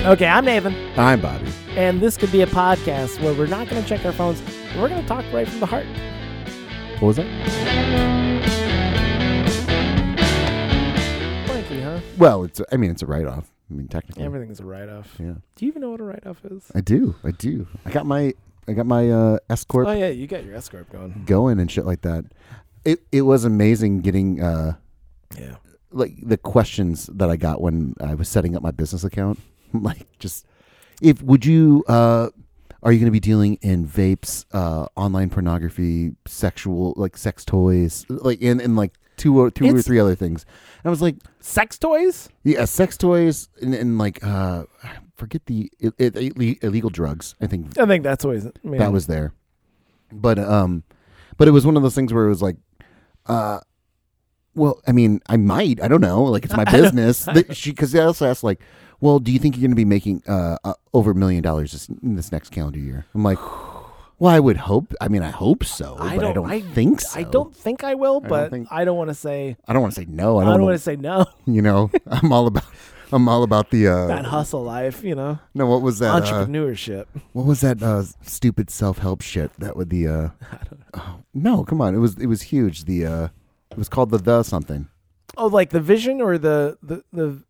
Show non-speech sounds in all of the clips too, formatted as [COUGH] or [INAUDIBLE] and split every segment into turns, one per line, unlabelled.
Okay, I'm Nathan,
I'm Bobby.
and this could be a podcast where we're not going to check our phones. We're going to talk right from the heart.
What was that?
Blankly, huh?
Well, it's I mean it's a write off. I mean technically.
Everything's a write-off.
Yeah.
Do you even know what a write-off is?
I do. I do. I got my I got my uh S Corp
Oh yeah, you got your escort going.
going and shit like that. It it was amazing getting uh
Yeah.
like the questions that I got when I was setting up my business account. [LAUGHS] like just if would you uh are you going to be dealing in vapes, uh, online pornography, sexual like sex toys, like in and like two or two or
It's-
three other things? And I was like,
Sex toys?
Yeah, uh, sex toys and, and like uh forget the i i- ille- illegal drugs. I think
I think that's always. I mean,
that was there. But um but it was one of those things where it was like uh well, I mean, I might, I don't know,
[LAUGHS]
like it's my business. That she cuz they also asked like, "Well, do you think you're going to be making uh, uh over a million dollars this, in this next calendar year?"
[SIGHS]
I'm like, "Well, I would hope. I mean, I hope so,
I
but I
don't-
don't
I-
think so.
I don't think I will,
don't
but I don't,
think-
want to say.
I don't want to say no.
I
I
don't,
don't,
want
want
to say no.
to,
[LAUGHS]
you know, I'm all about I'm all about the uh
That hustle life, you know,
no, what was that? uh,
entrepreneurship.
What was that uh, stupid self help shit? That would
[LAUGHS]
the uh, oh, no, come on, it was it was huge. The uh, it was called the the something.
Oh, like the vision or the the the,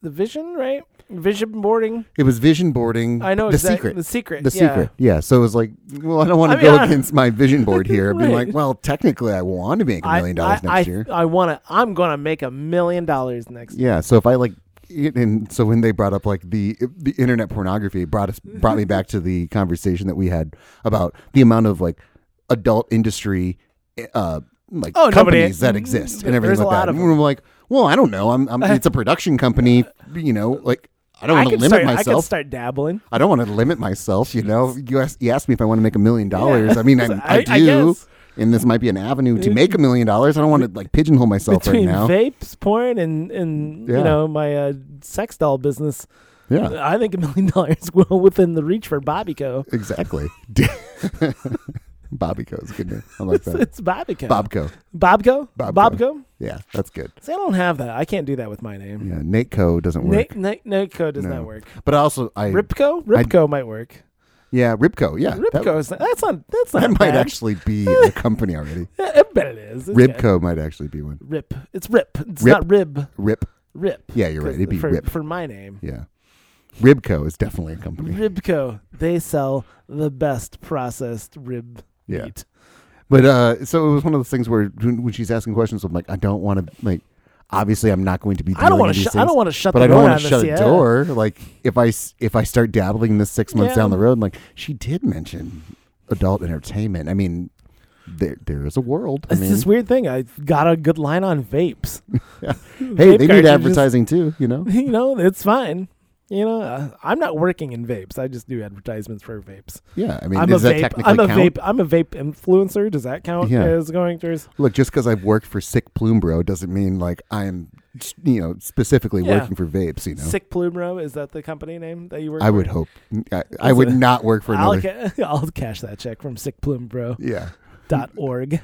the vision, right? Vision boarding.
It was vision boarding.
I know
the
exact-
secret.
The secret.
The
yeah.
secret, yeah. So it was like, well, I don't want
I
to
mean,
go
I-
against my
[LAUGHS]
vision board here. Being
Right.
like, well, technically, I want to make a
I-
million dollars
I-
next
I,
year.
I want to. I'm gonna make a million dollars next. year.
Yeah. So if I like, it, and so when they brought up like the the internet pornography, it brought us brought me back
[LAUGHS]
to the conversation that we had about the amount of like adult industry, uh, like
Oh, nobody-
companies that exist and everything
there's a
like
lot
that.
of
And we're like, well, I don't know. I'm, I'm
[LAUGHS]
it's a production company, you know, like. I don't
I
want to
can
limit
start. I can
myself.
start dabbling.
I, don't want to limit myself. You know, you asked, you asked me if I want to make a million dollars. I
[LAUGHS]
mean, I, I,
I- I
do,
guess. Uh,
and this might be an avenue to make a million dollars. I don't want to like pigeonhole myself
Between
right now.
vapes, porn, and and you
Yeah.
know my uh, sex doll business,
yeah,
I think a million [LAUGHS] dollars well within the reach for Bobbyco.
Exactly. [LAUGHS] Bobbyco is a good name. I like
It's, [LAUGHS]
that.
it's Bobbyco.
Bobco.
Bobco.
Bobco.
Bobco.
Yeah, that's good.
See, I don't have that. I can't do that with my name.
Yeah, Nate Co doesn't work.
Nick Nick Nico does
No.
not work.
But also, I
Ripco. Ripco might work.
yeah, Ribco. Yeah,
Ripco
That,
is not, that's not that's not
that might
bad.
actually be a company already.
[LAUGHS] I bet it is. It's good.
Ribco might actually be one.
Rip. It's rip. It's
Rip.
not rib.
Rip.
Rip.
Yeah, you're right. It'd be
for,
Rip.
for my name.
Yeah, Ribco is definitely a company.
Ribco. They sell the best processed rib
Yeah.
meat.
But uh, so it was one of those things where when when she's asking questions, I'm like, I don't want to like. Obviously, I'm not going to be.
I don't
dealing
want
with
to.
these
Sh- I
things.
don't want to shut
but
the
I don't
door
want
on
to
this
shut a
yet.
door. Like if I s- if I start dabbling in this six months
Yeah.
down the road, like she did mention adult entertainment. I mean, there there is a world. I
It's
mean,
this weird thing. I got a good line on vapes. [LAUGHS]
[LAUGHS] hey,
vape
they need
cartridges.
advertising too. You know,
you know, it's fine. You know, uh, I'm not working in vapes. I just do advertisements for vapes.
yeah. I mean,
I'm
does
a
that
vape.
technically
I'm a
count?
vape. I'm a vape influencer. Does that count
Yeah.
as going through?
Look, just because I've worked for Sick Plume Bro doesn't mean like I'm you know specifically
Yeah.
working for vapes. You know,
Sick Plume Row, Is that the company name that you work?
I
for?
would hope I, I would not work for
I'll,
another.
ca- [LAUGHS] I'll cash that check from sickplumebro.org.
yeah,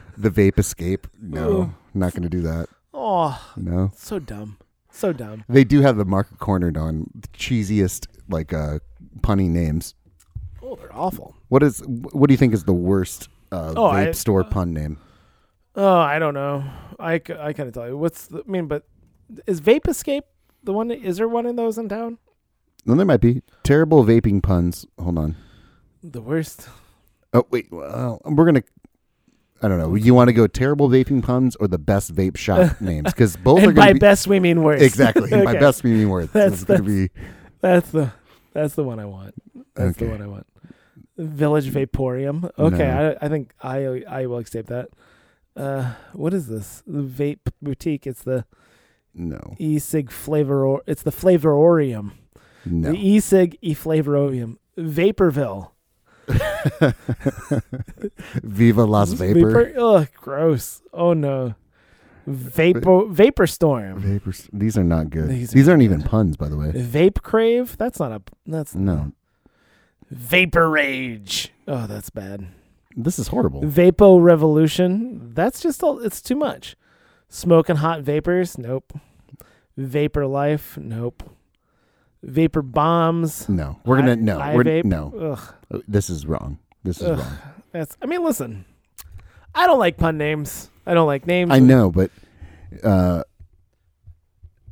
[LAUGHS] the vape escape. No,
Ooh.
not going to do that.
Oh,
No.
so dumb. So dumb.
They do have the market cornered on the cheesiest like uh punny names.
Oh, they're awful.
What is what do you think is the worst uh
Oh,
vape
I-
store pun name?
Oh, I don't know. I, c- I couldn't tell you. What's the, I mean, but is Vape Escape the one? Is there one in those in town?
Then there might be terrible vaping puns. Hold on.
The worst.
Oh wait, well, we're gonna. I don't know. You want to go terrible vaping puns or the best
[LAUGHS]
vape shop names? Because both are
and by
going to be
best, we mean worst. [LAUGHS]
exactly by
Okay.
best meaning words.
That's-
It's going to be
That's the that's the one I want. That's the
Okay.
one I want. Village Vaporium. Okay,
No.
I I think I I will accept that. Uh, what is this? The vape boutique. It's the
no,
e-cig flavor. Or, it's the Flavororium.
no.
The e-cig e-flavorium. Vaporville.
Viva Las Vapor.
Vapor. Ugh, gross. Oh no. Vapor Vapor Storm.
Vapors. These are not good.
These
These,
are
aren't
not
even
good.
puns, by the way.
Vape Crave. That's not a. That's
No,
Vapor Rage. Oh, that's bad.
this is horrible.
Vapo Revolution. That's just all. It's too much. Smoking hot vapors. Nope. Vapor Life. Nope. vapor bombs.
No, we're gonna
I-
no,
I
we're
vape.
no. Uh,
Ugh,
This is wrong. This is
Ugh.
wrong.
that's. I mean, listen, I don't like pun names. I don't like names.
I know, but uh,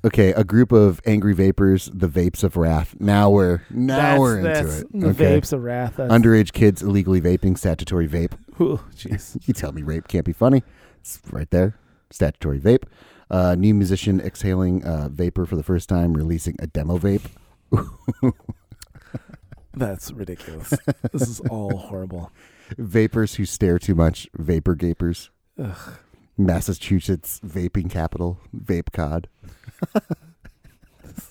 okay, a group of angry vapors, the vapes of wrath. Now we're now
That's,
we're into
that's
it.
The
okay.
vapes of wrath. That's,
Underage kids illegally vaping statutory vape.
Ooh, jeez.
You tell me rape can't be funny. It's right there. Statutory vape. Uh, new musician exhaling uh, vapor for the first time, releasing a demo vape.
That's ridiculous. this is all horrible.
Vapors who stare too much. Vapor gapers.
Ugh.
Massachusetts vaping capital. Vape cod.
[LAUGHS]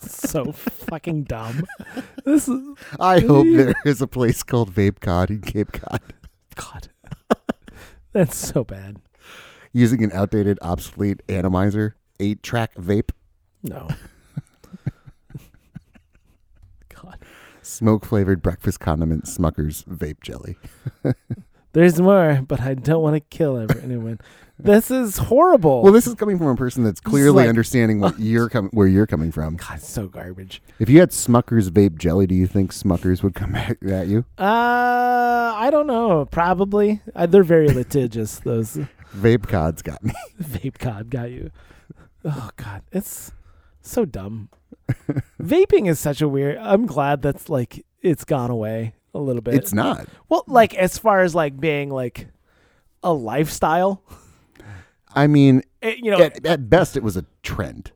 So fucking dumb. This is
I hope
Mm.
there is a place called Vape Cod in Cape Cod.
[LAUGHS] God. [LAUGHS] That's so bad.
Using an outdated, obsolete atomizer, eight track vape,
No. [LAUGHS] God.
smoke flavored breakfast condiment, Smuckers vape jelly.
There's more, but I don't want to kill ever- anyone. this is horrible.
Well, this is coming from a person that's
is
clearly
like-
understanding
[LAUGHS]
what you're com- where you're coming from.
God, it's so garbage.
If you had Smuckers vape jelly, do you think Smuckers would come [LAUGHS] back at you?
Uh, I don't know. Probably. Uh, they're very litigious. Those
Vape Cod's
[LAUGHS]
got me.
vape cod got you. Oh God, it's so
[LAUGHS]
dumb. Vaping is such a weird. I'm glad that's like it's gone away a little bit.
It's not.
well, like as far as like being like a lifestyle.
I mean,
It, you know,
at, at best, it was a trend.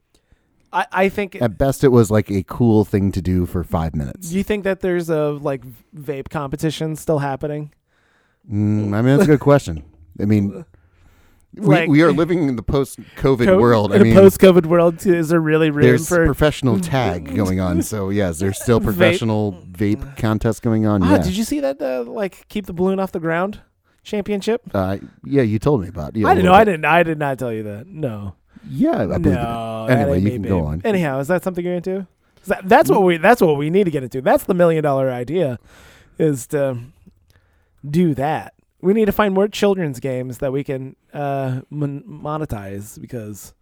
I, I think.
At best, it was like a cool thing to do for five minutes.
do you think that there's a like vape competition still happening?
Mm, I mean, that's a good question. I mean, we,
Like-
we are living in the post-COVID
Co-
world. I
in
mean,
a post-COVID world, too, is there really room
there's
for? [LAUGHS]
professional tag going on. So yes, there's still professional vape, contest going on.
Ah,
yeah,
did you see that? Uh, like, keep the balloon off the ground championship.
uh, yeah, you told me about. it. Yeah,
I
a
didn't know.
little
I
bit.
didn't. I did not tell you that. No.
Yeah, I believe
no,
it.
that
Anyway,
ain't
you
me,
can
babe.
go on.
Anyhow, is that something you're into? Is that, that's what we. That's what we need to get into. That's the million dollar idea, is to do that. We need to find more children's games that we can uh, mon- monetize because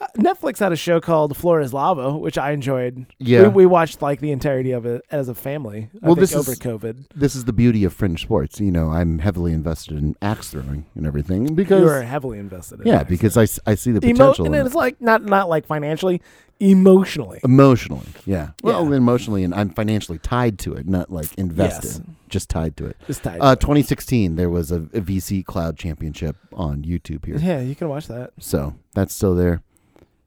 uh, Netflix had a show called Floor is Lava, which I enjoyed.
Yeah,
We, we watched like the entirety of it as a family. I
Well,
think
this
over
is-
COVID.
this is the beauty of fringe sports. You know, I'm heavily invested in axe throwing and everything
We
because
were heavily invested. in
yeah,
that.
because I, s- I see the
Emo-
potential.
and
in it.
it's like not not like financially, emotionally.
Um, Emotionally, yeah. Well,
Yeah.
emotionally, and I'm financially tied to it, not like invested,
Yes.
just tied to it.
Just tied.
Uh,
to it.
2016, there was a, a VC Cloud Championship on YouTube here,
yeah, you can watch that.
so that's still there.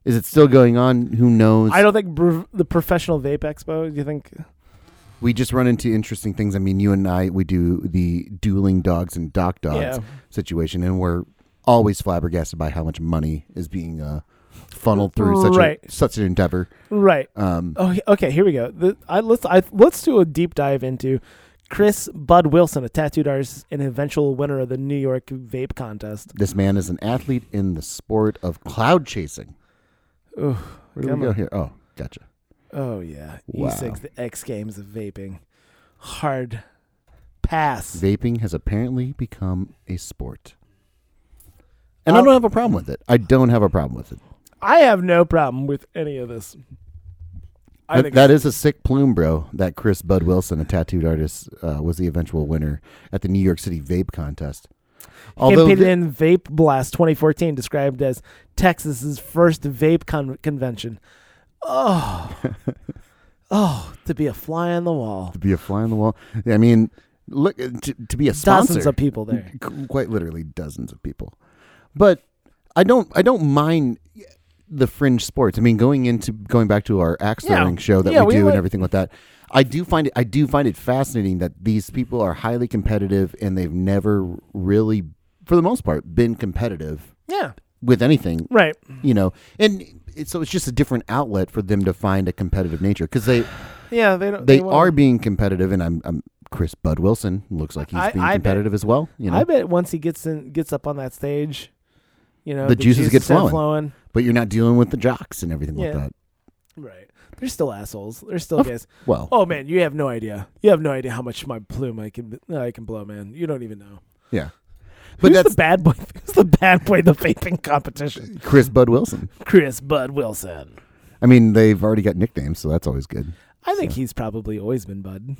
Is it still going on? Who knows?
I don't think br- the professional vape expo. Do you think?
we just run into interesting things. I mean, you and I, we do the dueling dogs and doc dogs
Yeah.
situation, and we're always flabbergasted by how much money is being uh, funneled through such a,
Right.
such an endeavor.
Right.
Um,
Oh, he- okay. Here we go. The, I, let's I, let's do a deep dive into Chris Bud Wilson, a tattooed artist and eventual winner of the New York Vape Contest.
This man is an athlete in the sport of cloud chasing.
Ooh,
Where do
come
we go
on.
here? Oh, gotcha.
Oh yeah.
Wow.
E6, the X Games of vaping. Hard pass.
Vaping has apparently become a sport. And I
Well-
don't have a problem with it. I don't have a problem with it.
I have no problem with any of this. I
That-
think
that is a sick plume, bro. That Chris Bud Wilson, a tattooed artist, uh, was the eventual winner at the New York City Vape Contest. Although,
Campaign
thi-
in Vape Blast 2014, described as Texas's first vape con- [LAUGHS] convention. Oh, oh, to be a fly on the wall.
to be a fly on the wall, I mean, look to, to be a sponsor,
Dozens of people there.
qu- quite literally dozens of people. But I don't, I don't mind the fringe sports. I mean, going into going back to our axe
Yeah.
throwing show that
Yeah,
we
we
do
went-
and everything with that, I do find it, I do find it fascinating that these people are highly competitive and they've never really, for the most part, been competitive
Yeah,
with anything,
right.
you know. And it, so it's just a different outlet for them to find a competitive nature because they
Yeah, Uh, they don't.
they
won't.
are being competitive. And I'm, I'm Chris Bud Wilson looks like he's
I-
being
I bet.
competitive as well, you
I
know.
bet once he gets in, gets up on that stage, you know,
The juices get
start
flowing. But you're not dealing with the jocks and everything
Yeah.
like that.
Right. They're still assholes. They're still
Of-
guys.
Well,
Oh man, you have no idea. You have no idea how much my plume I can I can blow, man. You don't even know.
yeah, but
who's
that's
the bad boy? [LAUGHS] Who's the bad boy? in The vaping competition.
Chris Bud Wilson.
Chris Bud Wilson.
I mean, they've already got nicknames, so that's always good.
I think he's probably always been Bud.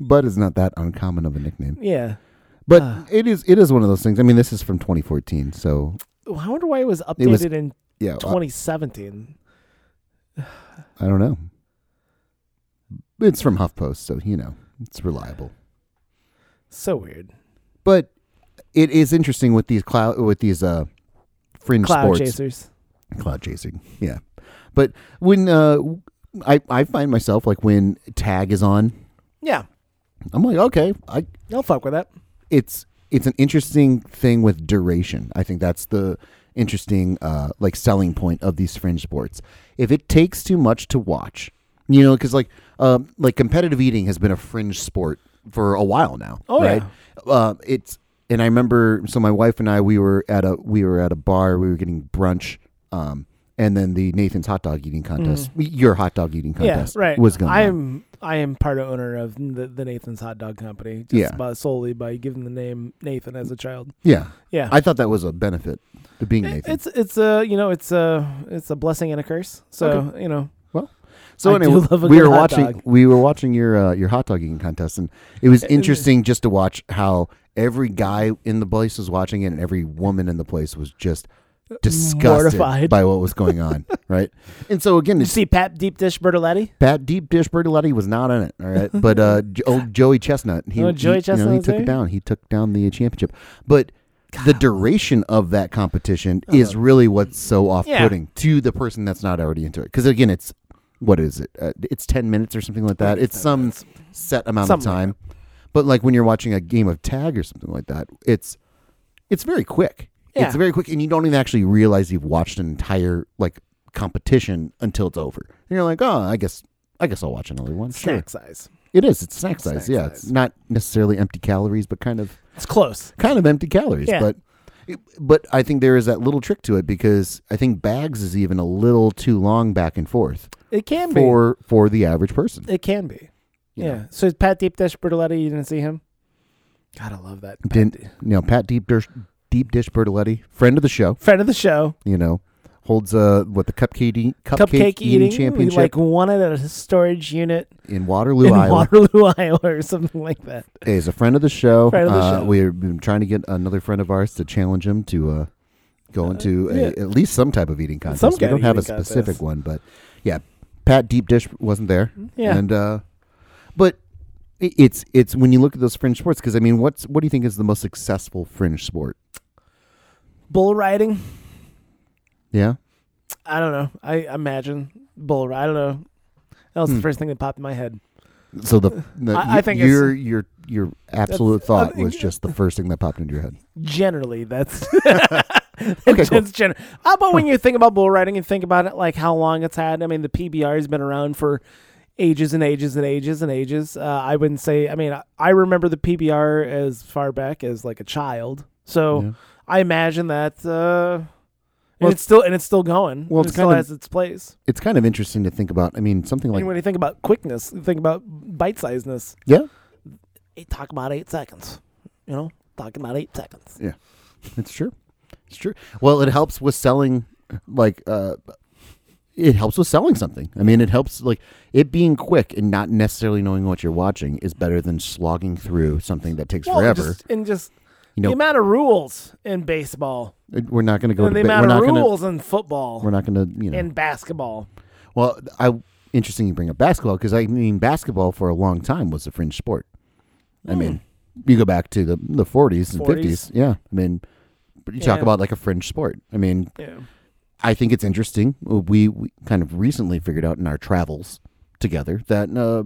Bud is not that uncommon of a nickname,
Yeah.
but
Ah.
it is it is one of those things. I mean, this is from 2014, so
Oh, I wonder why it was updated
It was- uh,
in
yeah, I-
2017.
I, don't know. It's from HuffPost, so you know it's reliable.
So weird.
But it is interesting with these cloud with these uh fringe
Cloud
sports
chasers.
cloud chasing. Yeah, but when uh I I find myself like when tag is on,
Yeah.
I'm like okay, I
I'll fuck with that.
it's it's an interesting thing with duration. I think that's the interesting uh, like selling point of these fringe sports. If it takes too much to watch, you know, because like um like competitive eating has been a fringe sport for a while now.
Oh,
right? Uh, it's and I remember so my wife and I we were at a we were at a bar we were getting brunch. Um, and then the Nathan's hot dog eating contest, your hot dog eating contest,
Mm. yeah, right.
was going.
I
on.
am I am part owner of the, the Nathan's Hot Dog Company. Just
Yeah.
by, solely by giving the name Nathan as a child.
yeah.
Yeah.
I thought that was a benefit to being
It-
Nathan.
it's it's a you know it's a it's a blessing and a curse. So you know
So
I do
anyway,
love a
we
good
were
hot
watching
dog.
we were watching your uh, your hot dog eating contest, and it was interesting just to watch how every guy in the place was watching it, and every woman in the place was just disgusted
Mortified.
by what was
[LAUGHS]
going on, right? And so again,
you
it's
see Pat Deep Dish Bertolotti.
Pat Deep Dish Bertolotti was not in it, all right,
[LAUGHS]
but uh, Jo- old Joey Chestnut, he,
Oh, Joey
he- you know,
Chestnut
he
was
took
there?
it down, he took down the championship, but. The duration of that competition
Uh-huh.
is really what's so off-putting to the person that's not already into it. Because again, it's what is it? Uh, it's ten minutes or something like that. It's some set amount
Something
of
like
time. but like when you're watching a game of tag or something like that, it's it's very quick. It's
Yeah.
very quick, and you don't even actually realize you've watched an entire like competition until it's over. And you're like, oh, I guess I guess I'll watch another one. Sure,
Snack size.
it is. It's snack size.
Snack
yeah,
size.
it's not necessarily empty calories, but kind of
It's close.
kind of empty calories.
Yeah.
But but I think there is that little trick to it because I think bags is even a little too long back and forth
It can
for for the average person.
be. It can be.
you
Yeah.
know.
So is Pat Deep Dish Bertolotti, you didn't see him? God, I love that. Pat
didn't
Di-
you know Pat Deep Dish, Deep Dish Bertoletti, friend of the show,
friend of the show,
you know, holds uh what the cupcake eating, cupcake
cupcake, eating,
championship
We like won it at a storage unit
in Waterloo,
in
Iowa.
Waterloo, [LAUGHS] Iowa, or something like that.
He's a friend of the show.
Friend of the
Uh,
show.
We've been trying to get another friend of ours to challenge him to uh, go into a,
yeah.
at least some type of eating contest.
Some
we
kind of
don't have a
eating
specific
contest.
one, but yeah, Pat Deep Dish wasn't there.
Yeah.
and uh, but. i- It's it's when you look at those fringe sports because I mean what's what do you think is the most successful fringe sport?
Bull riding.
Yeah,
I don't know. I imagine bull. ri- I don't know. That was the first thing that popped in my head.
So the, the
I- I think it's-
your your your absolute
That's-
thought
I think-
was just the first thing that popped into your head.
Generally, that's
[LAUGHS]
[LAUGHS]
Okay, cool.
that's general. Uh, but when you think about bull riding and think about it, like how long it's had. I mean, the PBR has been around for ages and ages and ages and ages. Uh, I wouldn't say. I mean, I, I remember the PBR as far back as like a child. So
Yeah.
I imagine that. Uh, and
Well,
it's still and it's still going.
well,
Well, it
it's
still
kind of-
has its place.
It's kind of interesting to think about. I mean, something like
and when you think about quickness, you think about bite sizeness.
Yeah.
Eight, talk about eight seconds. You know, talking about eight seconds.
it's true, it's true. Well, it helps with selling, like uh, it helps with selling something. I mean, it helps like it being quick and not necessarily knowing what you're watching is better than slogging through something that takes
and
forever.
just- and just
You know-
the amount of rules in baseball,
It- we're not going to go
and
to
the
ba- we're
amount
not
of
going to
rules in football
we're not going to you know
and basketball.
Well, I interesting you bring up basketball because I mean basketball for a long time was a fringe sport. I mean,
Hmm.
you go back to the the forties and
40s.
fifties. Yeah, I mean, but you talk
Yeah.
about like a fringe sport. I mean,
Hmm. Yeah.
I think it's interesting. We, we kind of recently figured out in our travels together that uh,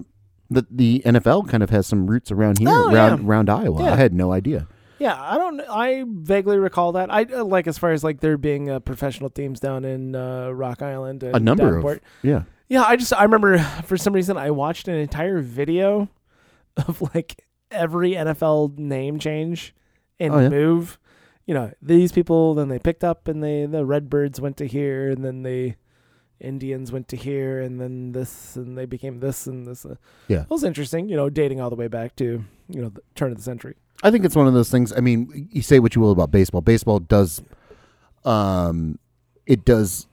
that the NFL kind of has some roots around here,
Oh,
around
yeah.
around Iowa.
Yeah.
I had no idea.
Yeah, I don't. I vaguely recall that. I uh, like as far as like there being uh, professional teams down in uh, Rock Island. And
A number
Davenport.
of yeah.
Yeah, I just I remember [SIGHS] for some reason I watched an entire video [LAUGHS] of like every NFL name change and
Oh, yeah.
move. You know, these people then they picked up and they the Redbirds went to here and then the Indians went to here and then this and they became this and this. uh,
Yeah.
It was interesting, you know, dating all the way back to, you know, the turn of the century.
I think it's one of those things. I mean, you say what you will about baseball. Baseball does, um, it does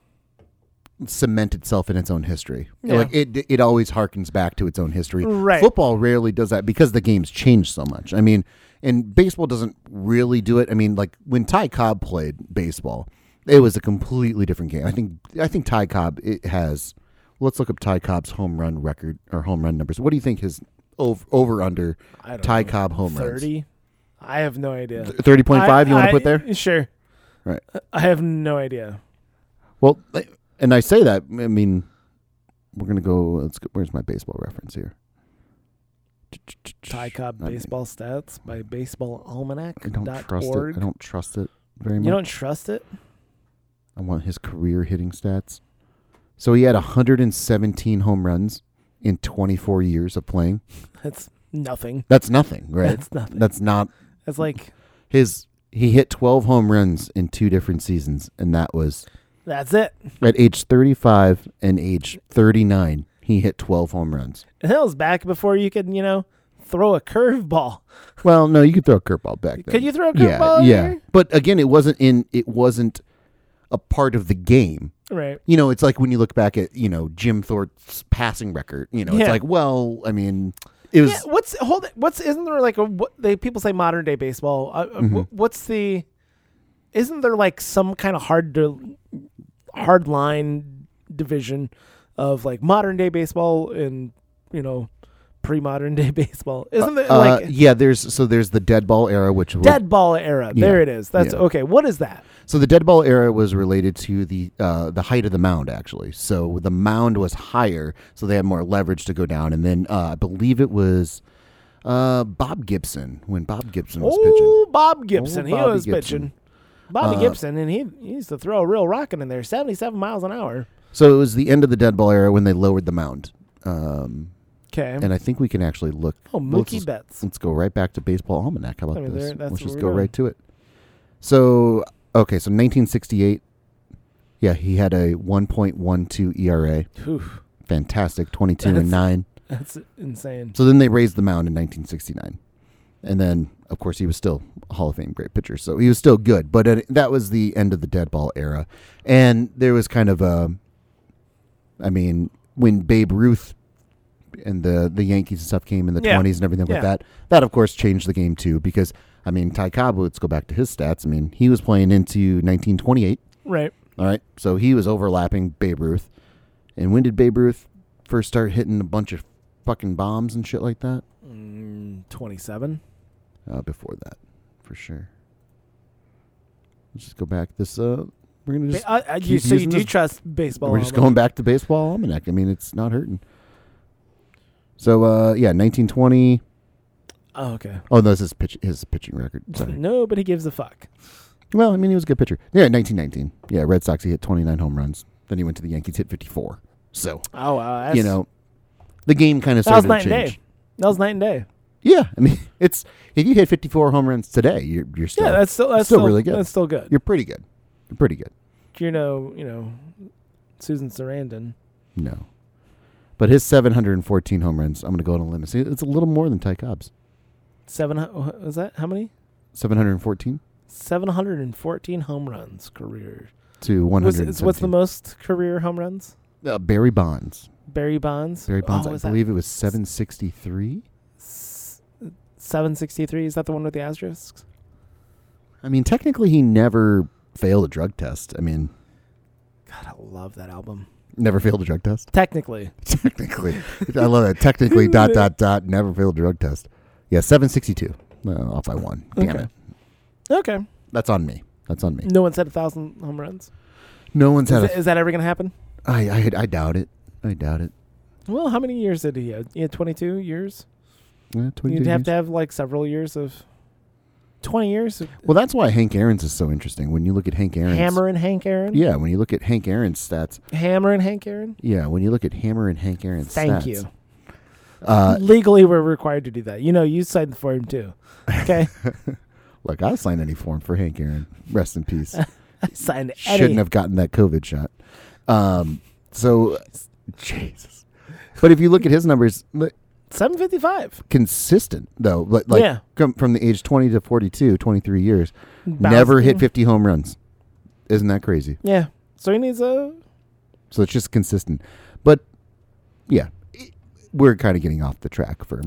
cement itself in its own history.
Yeah.
Like it, it always harkens back to its own history.
Right.
Football rarely does that because the game's changed so much. I mean, and baseball doesn't really do it. I mean, like when Ty Cobb played baseball, it was a completely different game. I think I think Ty Cobb it has. Let's look up Ty Cobb's home run record or home run numbers. What do you think his over over under
I don't
Ty
know,
Cobb home runs?
thirty. I have no idea.
Thirty point five. You want
I-
to put there?
I- Sure.
Right.
I have no idea.
Well, I- and I say that I mean we're gonna go. Let's go. Where's my baseball reference here?
Ty Cobb
I mean,
baseball stats by Baseball Almanac.
I don't
dot
trust
org.
it. I don't trust it very much.
You don't trust it?
I want his career hitting stats. So he had 117 home runs in 24 years of playing.
That's nothing.
That's nothing, right?
That's nothing.
That's not
That's like
his. He hit 12 home runs in two different seasons, and that was
that's it.
at age 35 and age 39. He hit 12 home runs.
And that was back before you could, you know, throw a curveball.
Well, no, you could throw a curveball back then.
Could you throw a
yeah,
curveball? in
yeah.
here?
But again, it wasn't in. It wasn't a part of the game.
Right.
you know, it's like when you look back at, you know, Jim Thorpe's passing record, you know,
Yeah.
it's like, well, I mean, it was
Yeah. What's hold? It, what's isn't there like a what they people say modern day baseball? Uh, uh,
Mm-hmm.
wh- What's the? Isn't there like some kind of hard to hard line division of like modern day baseball and you know pre modern [LAUGHS] day baseball? Isn't there
uh,
like
yeah, there's so there's the dead ball era which was,
dead ball era?
Yeah,
There it is. That's
yeah.
okay. What is that?
so the dead ball era was related to the uh, the height of the mound actually. So the mound was higher, so they had more leverage to go down and then uh, I believe it was uh, Bob Gibson when Bob Gibson was pitching.
Oh, Bob Gibson.
Old
he
Bobby
was
Gibson.
pitching. Bobby
Uh,
Gibson, and he, he used to throw a real rocket in there, seventy-seven miles an hour.
So it was the end of the dead ball era when they lowered the mound. Um,
Okay.
and I think we can actually look
Oh,
let's
Mookie
just-
Betts.
Let's go right back to baseball almanac. How about
I mean,
this?
there- that's
Let's
what
just
we're
go
doing.
right to it. So okay, so 1968. Yeah, he had a 1.12 ERA.
Whew.
E Fantastic, 22 and
That's-
nine.
That's insane.
So then they raised the mound in 1969, and then of course he was still a Hall of Fame great pitcher. So he was still good, but it, that was the end of the dead ball era, and there was kind of a. I mean, when Babe Ruth and the the Yankees and stuff came in the
Yeah.
20s and everything
Yeah.
like that, that of course changed the game too because. I mean, Ty Cobb, let's go back to his stats. I mean, he was playing into 1928.
Right.
All right. So he was overlapping Babe Ruth. And when did Babe Ruth first start hitting a bunch of fucking bombs and shit like that?
Mm, 27.
Uh, before that, for sure. Let's just go back. This uh, we're gonna just
Ba- uh, uh, you,
keep
so you
using
do
this-
trust baseball?
we're just
almanac.
going back to baseball almanac. I mean, it's not hurting. So uh, yeah, 1920.
Oh, okay.
Oh, no, this is pitch, his pitching record.
[LAUGHS]
Sorry.
Nobody gives a fuck.
Well, I mean, he was a good pitcher. Yeah, 1919. Yeah, Red Sox. He hit 29 home runs. Then he went to the Yankees, hit 54. So
Oh, wow. That's,
you know, the game kind of
that was
started to
night and
change.
day. That was night and day.
Yeah, I mean, [LAUGHS] it's if you hit 54 home runs today, you're you're still
yeah, that's still that's
still really good.
That's still good.
you're pretty good. You're pretty good.
You know, you know, Susan Sarandon.
No, but his 714 home runs, I'm going to go on a limb. and say it's a little more than Ty Cobb's.
Seven hu- wha- was that how many?
714
Seven hundred and fourteen home runs career.
to
What's, it's-
100.
what's the most career home runs?
uh, Barry Bonds?
Barry Bonds.
Barry Bonds,
Oh,
I
was that
believe it was 763.
s- 763. Is that the one with the asterisks?
I mean, technically, he never failed a drug test. I mean,
God, I love that album.
never failed a drug test. [LAUGHS]
Technically,
Technically, I love that.
[LAUGHS]
Technically, dot dot dot never failed a drug test. Yeah, 762. No, off by one. Damn
Okay.
it.
okay.
That's on me. That's on me.
No one said a thousand home runs.
No one's
Is,
had a
that- is that ever going to happen?
I, I I doubt it. I doubt it.
Well, how many years did he have? He had 22 years.
Yeah, 22
You'd have
years.
to have like several years of 20 years of
well, that's why Hank Aaron's is so interesting. When you look at Hank Aaron's,
Hammer and Hank Aaron.
Yeah, when you look at Hank Aaron's stats.
Hammer and Hank Aaron.
Yeah, when you look at Hammer and Hank Aaron's
Thank
stats.
you.
Uh,
Legally, we're required to do that. You know, you signed the form too.
[LAUGHS]
Okay, [LAUGHS]
look, I'll sign any form for Hank Aaron. Rest in
[LAUGHS]
peace.
I signed any.
Shouldn't have gotten that COVID shot. Um, so, Jesus. But if you look at his numbers, li-
755.
consistent though. But like
Yeah.
come from the age 20 to 42, 23 years, never hit
Bounced-
50 home runs. Isn't that crazy?
Yeah. So he needs a
So it's just consistent. But yeah, it- we're kind of getting off the track for.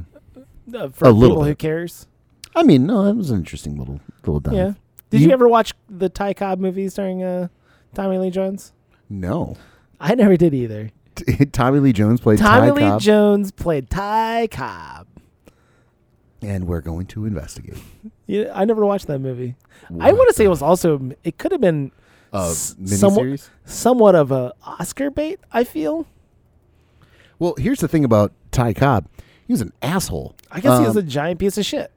Uh, for
A little
people who
bit.
cares.
I mean, no, that was an interesting little little dive.
Yeah. Did you,
You-
ever watch the Ty Cobb movies during uh, Tommy Lee Jones?
No, [LAUGHS]
I never did either.
Tommy Lee Jones played
Tommy
Ty
Lee
Cobb,
Jones played Ty Cobb.
and we're going to investigate.
Yeah, I never watched that movie. I want to say it was also it could have been
a
s-
miniseries.
somewhat of a Oscar bait. I feel.
Well, here's the thing about Ty Cobb. He was an asshole.
I guess he was a
Um,
giant piece of shit.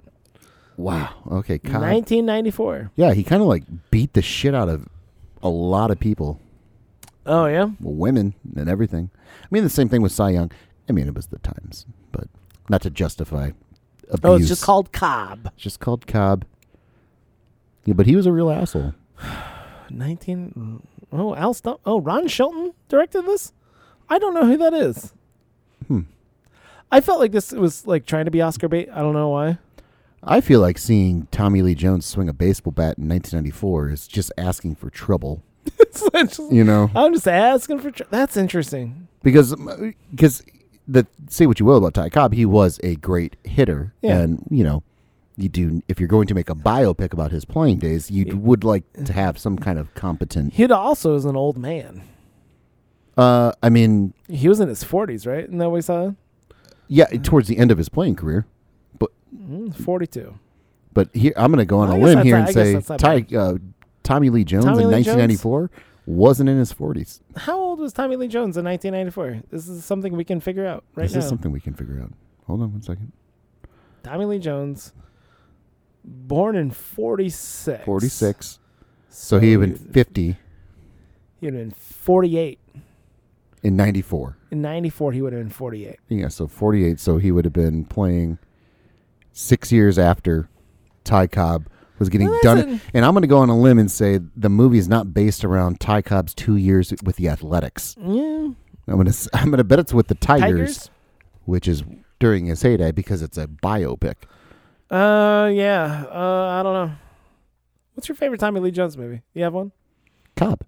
wow. Okay, Cobb.
1994.
Yeah, he kind of like beat the shit out of a lot of people,
Oh yeah.
women and everything. I mean, the same thing with Cy Young. I mean, it was the times, but not to justify abuse.
Oh, it's just called Cobb.
It's just called Cobb. Yeah, but he was a real asshole.
19. Oh, Al Stump. Oh, Ron Shelton directed this. I don't know who that is.
Hmm.
I felt like this was like trying to be Oscar bait. I don't know why. [LAUGHS]
I feel like seeing Tommy Lee Jones swing a baseball bat in 1994 is just asking for trouble.
It's just- [LAUGHS]
You know.
I'm just asking for. Tr- That's interesting.
because because the say what you will about Ty Cobb, he was a great hitter,
Yeah.
and you know you do if you're going to make a biopic about his playing days, you would like to have some kind of competent.
He also is an old man.
Uh, I mean,
He was in his 40s, right? Isn't that what we saw?
yeah, towards the end of his playing career,
Mm, 42.
but here I'm going to go on
I
a
guess
limb
that's
here
not- I
and
guess
say
that's not
Ty uh, Tommy Lee Jones
Tommy
in
Lee
1994 wasn't in his 40s.
How old was Tommy Lee Jones in 1994? This is something we can figure out right
this
now.
is something we can figure out. Hold on one second.
Tommy Lee Jones, born in 46.
46. So he had been 50
He would have been 48.
in 94.
In 94, he would have been 48.
Yeah, so 48. So he would have been playing six years after Ty Cobb was getting
Well, that's
done.
an-
and I'm going to go on a limb and say the movie is not based around Ty Cobb's two years with the Athletics.
Yeah.
I'm going to [LAUGHS] I'm going to bet it's with the Tigers,
Tigers?
which is during his heyday because it's a biopic.
Uh, yeah. Uh, I don't know. What's your favorite Tommy Lee Jones movie? You have one?
Cobb,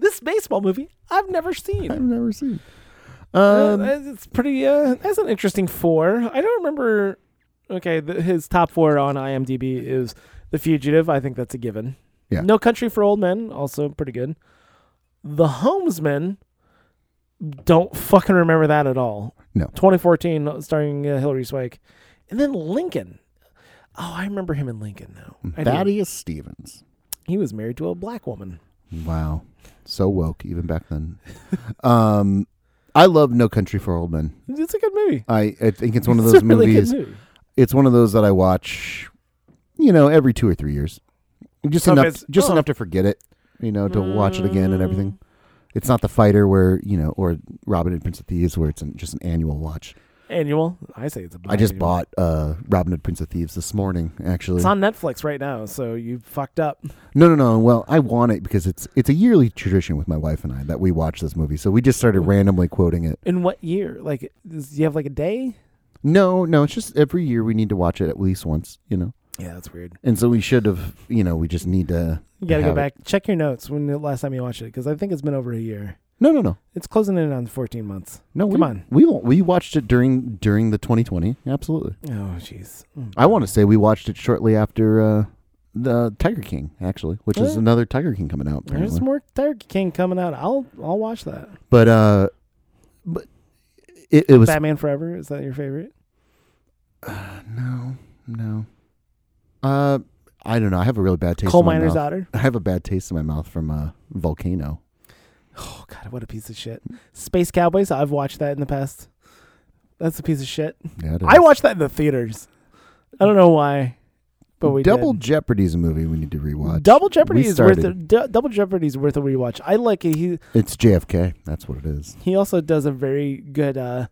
This baseball movie I've never seen.
I've never seen.
Uh,
Um,
that's- it's pretty. Uh, that's an interesting four. I don't remember. Okay, the, his top four on IMDb is The Fugitive. I think that's a given.
Yeah.
No Country for Old Men, also pretty good. The Homesman. Don't fucking remember that at all.
No.
2014, starring uh, Hillary Swank, and then Lincoln. Oh, I remember him in Lincoln though. I do.
Thaddeus Stevens.
he was married to a black woman.
Wow, so woke even back then. um, I love No Country for Old Men.
It's a good movie.
I, I think it's one of
It's
those
a really
movies.
Good movie.
it's one of those that I watch, you know, every two or three years, just
So if
enough,
it's-
just
oh.
enough to forget it, you know, to watch it again and
Mm.
everything. It's not the fighter where you know, or Robin Hood Prince of Thieves where it's an, just an annual watch.
Annual. I say it's a.
I just
biannual.
bought uh, Robin Hood Prince of Thieves this morning, actually.
It's on Netflix right now, so you fucked up.
no, no, no. Well, I want it because it's it's a yearly tradition with my wife and I that we watch this movie. So we just started
Mm-hmm.
randomly quoting it.
In what year? Like, does you have like a day?
No, no, it's just every year we need to watch it at least once, you know.
Yeah, that's weird.
And so we should have, you know, we just need to.
You gotta go
have it.
back, check your notes when the last time you watched it, because I think it's been over a year.
No, no, no.
It's closing in on 14 months.
No,
Come
we,
on.
We we watched it during during the 2020. Absolutely.
Oh, jeez. Mm.
I want to say we watched it shortly after uh, the Tiger King, actually, which is
Uh,
another Tiger King coming out.
There's
apparently.
more Tiger King coming out. I'll I'll watch that.
But uh, but it, it was
Batman Forever is that your favorite?
no no. Uh, I don't know. I have a really bad taste.
Coal
in my
Miner's
mouth.
Daughter.
I have a bad taste in my mouth from uh, volcano.
Oh God, what a piece of shit. Space Cowboys. I've watched that in the past. That's a piece of shit.
Yeah, it
I
is.
watched that in the theaters. I don't know why, but we
Double
did.
Jeopardy's a movie we need to rewatch.
Double Jeopardy is worth a,
started.
D- Double Jeopardy is worth a rewatch. I like it. He
it's JFK. That's what it is.
he also does a very good uh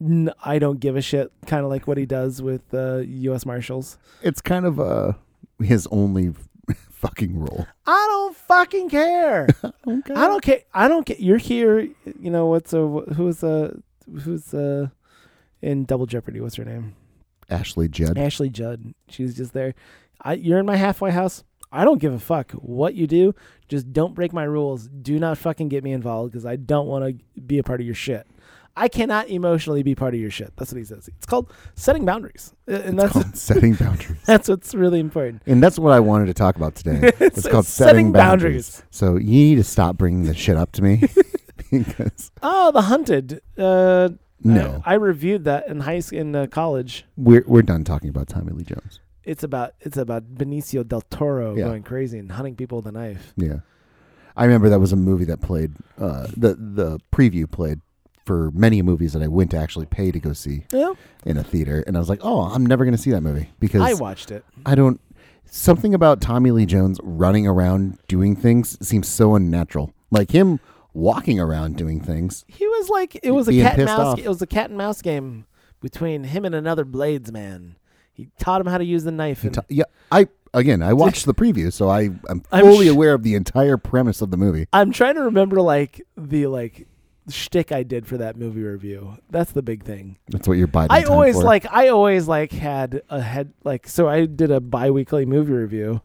n- I don't give a shit kind of like what he does with uh, US Marshals.
It's kind of uh his only [LAUGHS] fucking role.
I don't fucking care.
[LAUGHS] Okay.
I don't care. I don't get you're here, you know what's a who's uh who's uh in Double Jeopardy, what's her name?
Ashley Judd.
Ashley Judd. She's just there. I you're in my halfway house. I don't give a fuck what you do. Just don't break my rules. Do not fucking get me involved because I don't want to be a part of your shit. I cannot emotionally be part of your shit. That's what he says. It's called setting boundaries, Uh, and that's
called setting boundaries.
[LAUGHS] that's what's really important.
And that's what I wanted to talk about today. [LAUGHS] It's,
So
called setting boundaries. So you need to stop bringing this shit up to [LAUGHS] me because
Oh, the hunted. Uh,
no,
I, I reviewed that in high school, in uh, college.
we're we're done talking about Tommy Lee Jones.
It's about it's about Benicio del Toro
Yeah.
going crazy and hunting people with a knife.
Yeah, I remember that was a movie that played uh, the the preview played for many movies that I went to actually pay to go see
Yeah,
in a theater, and I was like, oh, I'm never going to see that movie because
I watched it.
I don't. Something about Tommy Lee Jones running around doing things seems so unnatural. Like him walking around doing things.
He was like it was a
Being
cat and
pissed
mouse.
off.
It was a cat and mouse game between him and another blades man. He taught him how to use the knife. And
To- yeah, I again, I watched the preview, so I am
I'm
fully
sh-
aware of the entire premise of the movie.
I'm trying to remember like the like shtick I did for that movie review. That's the big thing.
That's what you're biding.
I
time
always
for.
like I always like had a head like so I did a bi-weekly movie review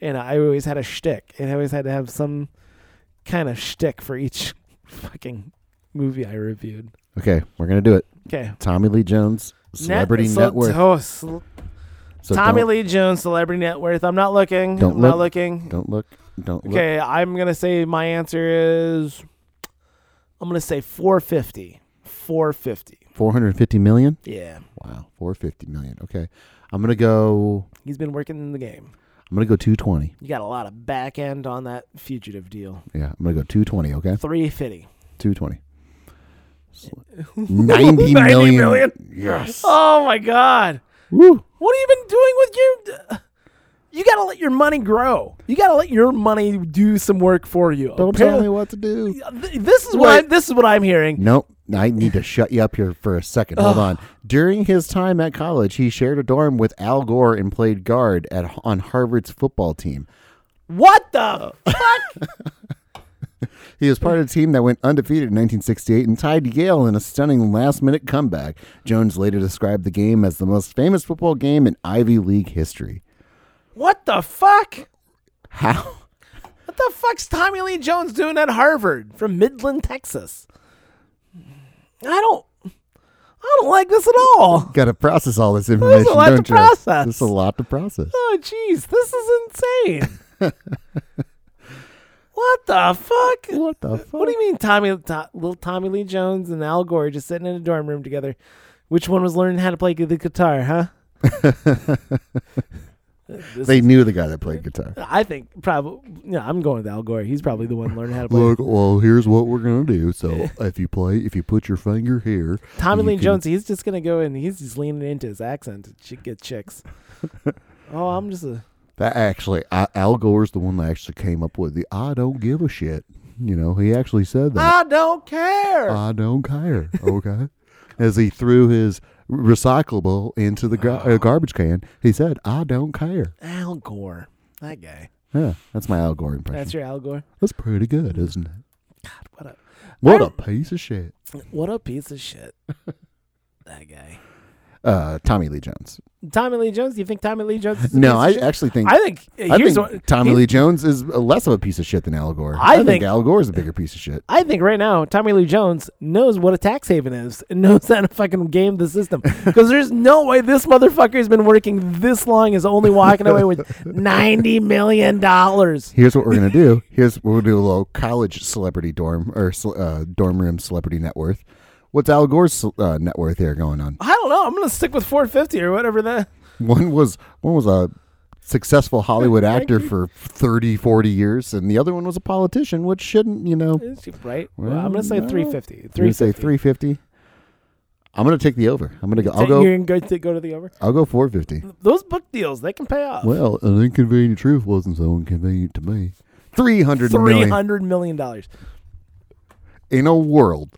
and I always had a shtick and I always had to have some kind of shtick for each [LAUGHS] fucking movie I reviewed.
Okay, we're gonna do it.
Okay.
Tommy Lee Jones, celebrity net,
so-
worth.
oh, cel-
So
Tommy
don't,
Lee Jones celebrity net worth. I'm not looking.
Don't
I'm not
look.
looking.
Don't look. Don't look.
Okay, I'm going to say my answer is I'm going to say 450. 450.
Four hundred fifty million.
Yeah.
Wow, four fifty million. Okay, I'm gonna go.
He's been working in the game.
I'm gonna go two twenty.
You got a lot of back end on that fugitive deal.
Yeah, I'm gonna go two twenty. Okay.
350.
Two
[LAUGHS]
twenty. Ninety million.
million.
Yes.
Oh my god.
Woo.
What have you been doing with your You got to let your money grow. You got to let your money do some work for you.
Don't tell me what to do.
Th- This is what I,
Wait.
this is what I'm hearing.
Nope. I need to shut you up here for a second. Hold on. During his time at college, he shared a dorm with Al Gore and played guard at on Harvard's football team.
What
[LAUGHS]
the fuck?
He was part of a team that went undefeated in 1968 and tied Yale in a stunning last-minute comeback. Jones later described the game as the most famous football game in Ivy League history.
What the fuck?
How? [LAUGHS]
What the fuck's Tommy Lee Jones doing at Harvard from Midland, Texas? I don't I don't like this at all.
Got to process all this information,
lot to
don't you?
process.
There's a lot to process.
Oh jeez, this is insane. what the fuck?
What the fuck?
What do you mean, Tommy? To, little Tommy Lee Jones and Al Gore just sitting in a dorm room together? Which one was learning how to play the guitar? Huh? This-
They knew the guy that played guitar.
I think probably. Yeah, I'm going with Al Gore. He's probably the one learning how to play.
Look, well, here's what we're gonna
[LAUGHS]
do. So if you play, if you put your finger here,
Tommy
you
Lee
can-
Jones. He's just gonna go in. He's just leaning into his accent to ch- get
[LAUGHS]
chicks. oh, I'm just a.
That actually, I, Al Gore's the one that actually came up with the "I don't give a shit." You know, he actually said that.
I don't care.
I don't care. Ah, Okay, [LAUGHS] as he threw his recyclable into the gar- uh, garbage can, he said, "I don't care."
Al Gore, that guy.
Yeah, that's my Al Gore impression.
That's your Al Gore.
That's pretty good, isn't it?
What a
What
I-
a piece of shit.
what a piece of shit. [LAUGHS] that guy.
Uh, Tommy Lee Jones.
Tommy Lee Jones. Do you think Tommy Lee Jones? Is a
No,
piece of
I
shit?
actually think
I think uh,
I
here's
think
what,
Tommy
he-
Lee Jones is uh, less of a piece of shit than Al Gore.
I
think,
think-
Al Gore is a bigger piece of shit.
I think right now Tommy Lee Jones knows what a tax haven is and knows how to fucking game the
[LAUGHS]
system because there's no way this motherfucker's been working this long is only walking away with
[LAUGHS]
ninety million dollars.
Here's what we're gonna
[LAUGHS]
do. Here's we'll do a little college celebrity dorm or cel- uh, dorm room celebrity net worth. What's Al Gore's uh, net worth here going on?
I don't know. I'm gonna stick with 450 or whatever that.
One was one was a successful
[LAUGHS]
Hollywood actor for 30, 40 years, and the other one was a politician, which shouldn't you know?
is, Right?
Well,
I'm gonna say
no.
350.
You say
350.
three fifty. I'm gonna take the over. I'm gonna go. I'll
So You're
go.
gonna go to, go to the over.
I'll go four fifty.
Those book deals they can pay off.
Well, an inconvenient truth wasn't so inconvenient to me. Three hundred
Three
million
hundred million dollars
in a world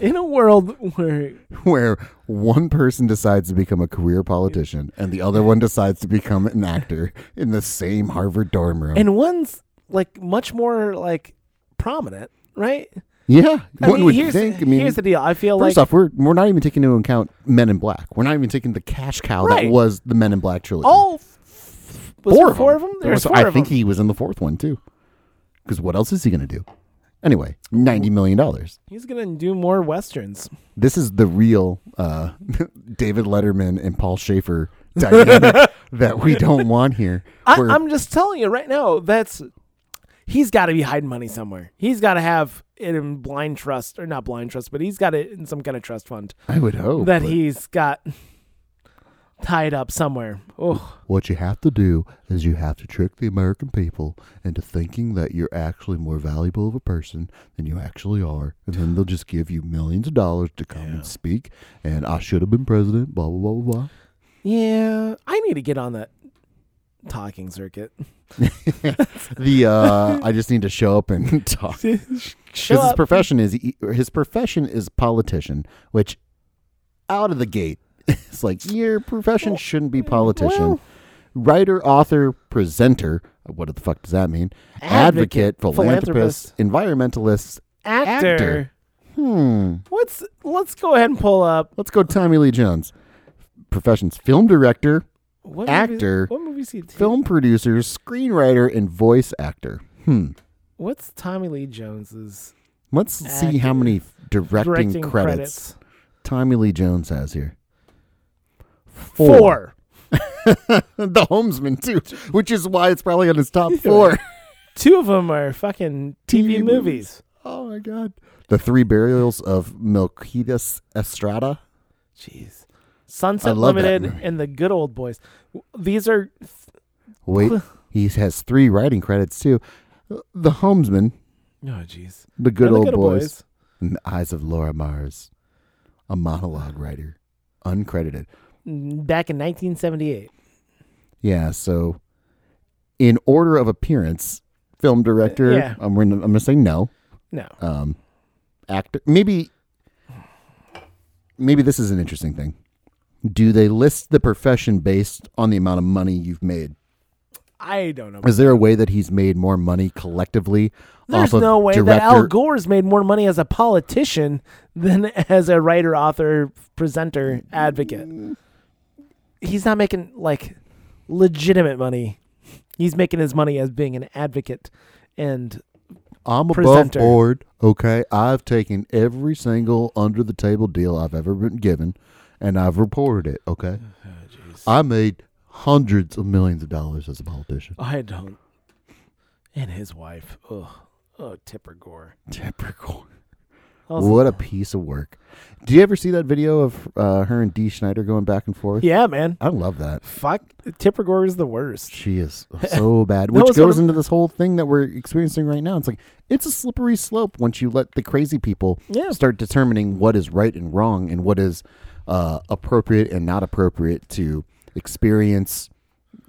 in a world where
where one person decides to become a career politician and the other one decides to become an actor in the same Harvard dorm room.
and one's like much more like prominent, right?
yeah,
I
one
mean,
would
here's,
think. I mean,
here's the deal. I feel
first
like
off, we're we're not even taking into account Men in Black. We're not even taking the cash cow
Right.
that was the Men in Black trilogy.
all f- Was
four
there four of
of them.
them? There was four
I
of
think
them.
he was in the fourth one too. Because what else is he going to do? Anyway, ninety million dollars.
He's gonna do more westerns.
This is the real uh, [LAUGHS] David Letterman and Paul Schaefer
[LAUGHS]
dynamic that we don't want here.
I,
where-
I'm just telling you right now. That's he's got to be hiding money somewhere. He's got to have it in blind trust or not blind trust, but he's got it in some kind of trust fund
I would hope
that
but
he's got tied up somewhere. Oh,
What you have to do is you have to trick the American people into thinking that you're actually more valuable of a person than you actually are. And then they'll just give you millions of dollars to come and speak. And I should have been president, blah, blah, blah, blah,
[LAUGHS]
blah.
yeah. I need to get on that talking circuit.
The, uh, I just need to show up and [LAUGHS] talk.
Show
Because his
up.
profession is, or his profession is politician, which out of the gate, [LAUGHS] it's like your profession shouldn't be politician.
well-
Writer, author, presenter. What the fuck does that mean?
Advocate,
philanthropist, environmentalist,
actor.
actor. Hmm.
What's let's go ahead and pull up
Let's go Tommy Lee Jones. Professions film director,
what
Actor.
Movie, what movies he
film producer, screenwriter, and voice actor. Hmm.
What's Tommy Lee Jones's
Let's see how
Actor.
many directing,
directing,
credits,
credits?
Tommy Lee Jones has here.
Four.
[LAUGHS] the Homesman too, which is why it's probably on
[LAUGHS]
his top four.
Two of them are fucking TV,
TV
movies.
oh my god! The Three Burials of Milquitas Estrada.
Jeez. Sunset
love that
Limited
movie.
and The Good Old Boys. W- These are [LAUGHS]
Wait, he has three writing credits too. The Homesman,
Oh jeez.
The Good
And
Old
the
Boys, and The Eyes of Laura Mars, a monologue writer, uncredited.
Mm, Back in 1978.
Yeah, so in order of appearance, film director.
Yeah.
I'm, gonna- I'm gonna say no.
No.
um, actor. Maybe, maybe this is an interesting thing. Do they list the profession based on the amount of money you've made?
I don't know.
Is there a way that he's made more money collectively
There's
off of
no way that
director?
Al Gore's made more money as a politician than [LAUGHS] as a writer, author, presenter, advocate. He's not making like legitimate money. He's making his money as being an advocate and
I'm
presenter.
above board. Okay, I've taken every single under the table deal I've ever been given, and I've reported it.
[SIGHS]
Okay,
Oh,
I made hundreds of millions of dollars as
[LAUGHS]
a politician.
I don't. And his wife. Ugh. Oh, Tipper Gore.
Tipper Gore.
Also-
What a piece of work. Do you ever see that video of uh, her and Dee Schneider going back and forth?
Yeah, man.
I love that.
Fuck. Tipper Gore is the worst.
She is
[LAUGHS]
so bad,
That
which
was one
goes
of-
into this whole thing that we're experiencing right now. It's like it's a slippery slope once you let the crazy people
Yeah.
start determining what is right and wrong and what is uh, appropriate and not appropriate to experience,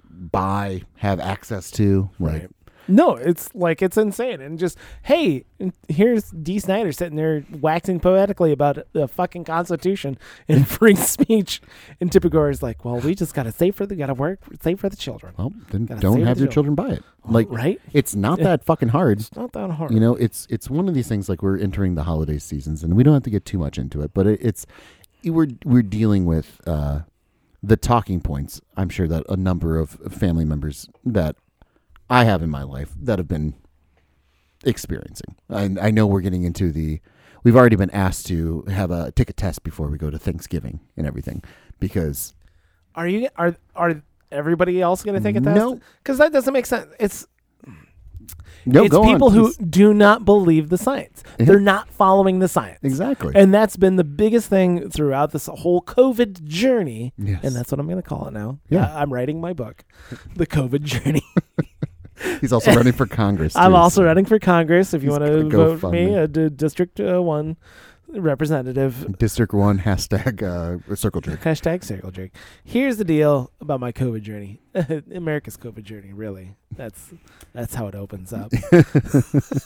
buy, have access to. Like,
Right. No, it's like it's insane. And just hey, and here's D. Snyder sitting there waxing poetically about the fucking Constitution [LAUGHS] and free speech, and Tipper Gore is like, "Well, we just gotta save for the gotta work, save for the children."
Well, then
Gotta
don't
save
have
the
your children buy it. Like,
Right?
it's
[LAUGHS]
not that fucking hard.
It's not that hard.
you know it's it's one of these things like we're entering the holiday seasons and we don't have to get too much into it but it, it's we're we're dealing with uh the talking points i'm sure that a number of family members that i have in my life that have been experiencing i, I know we're getting into the we've already been asked to have a take a test before we go to thanksgiving and everything because
are you are are everybody else gonna take a test?
No.
because that doesn't make sense. It's
no
it's
go on,
people who
please.
do not believe the science.
[LAUGHS] Yeah.
They're not following the science.
Mm-hmm. exactly
And that's been the biggest thing throughout this whole COVID journey.
Yes.
And that's what I'm going to call it now.
Yeah.
I- I'm writing my book, The COVID
[LAUGHS]
Journey.
he's also running for congress
I'm
too,
also
so-
running for Congress. If you
He's
want
gotta
to
go
vote
fund
me,
me.
a d- District uh, 1 representative,
district one hashtag uh circle jerk
hashtag circle jerk. Here's the deal about my COVID journey [LAUGHS] America's COVID journey, really. That's That's how it opens
[LAUGHS]
up. [LAUGHS]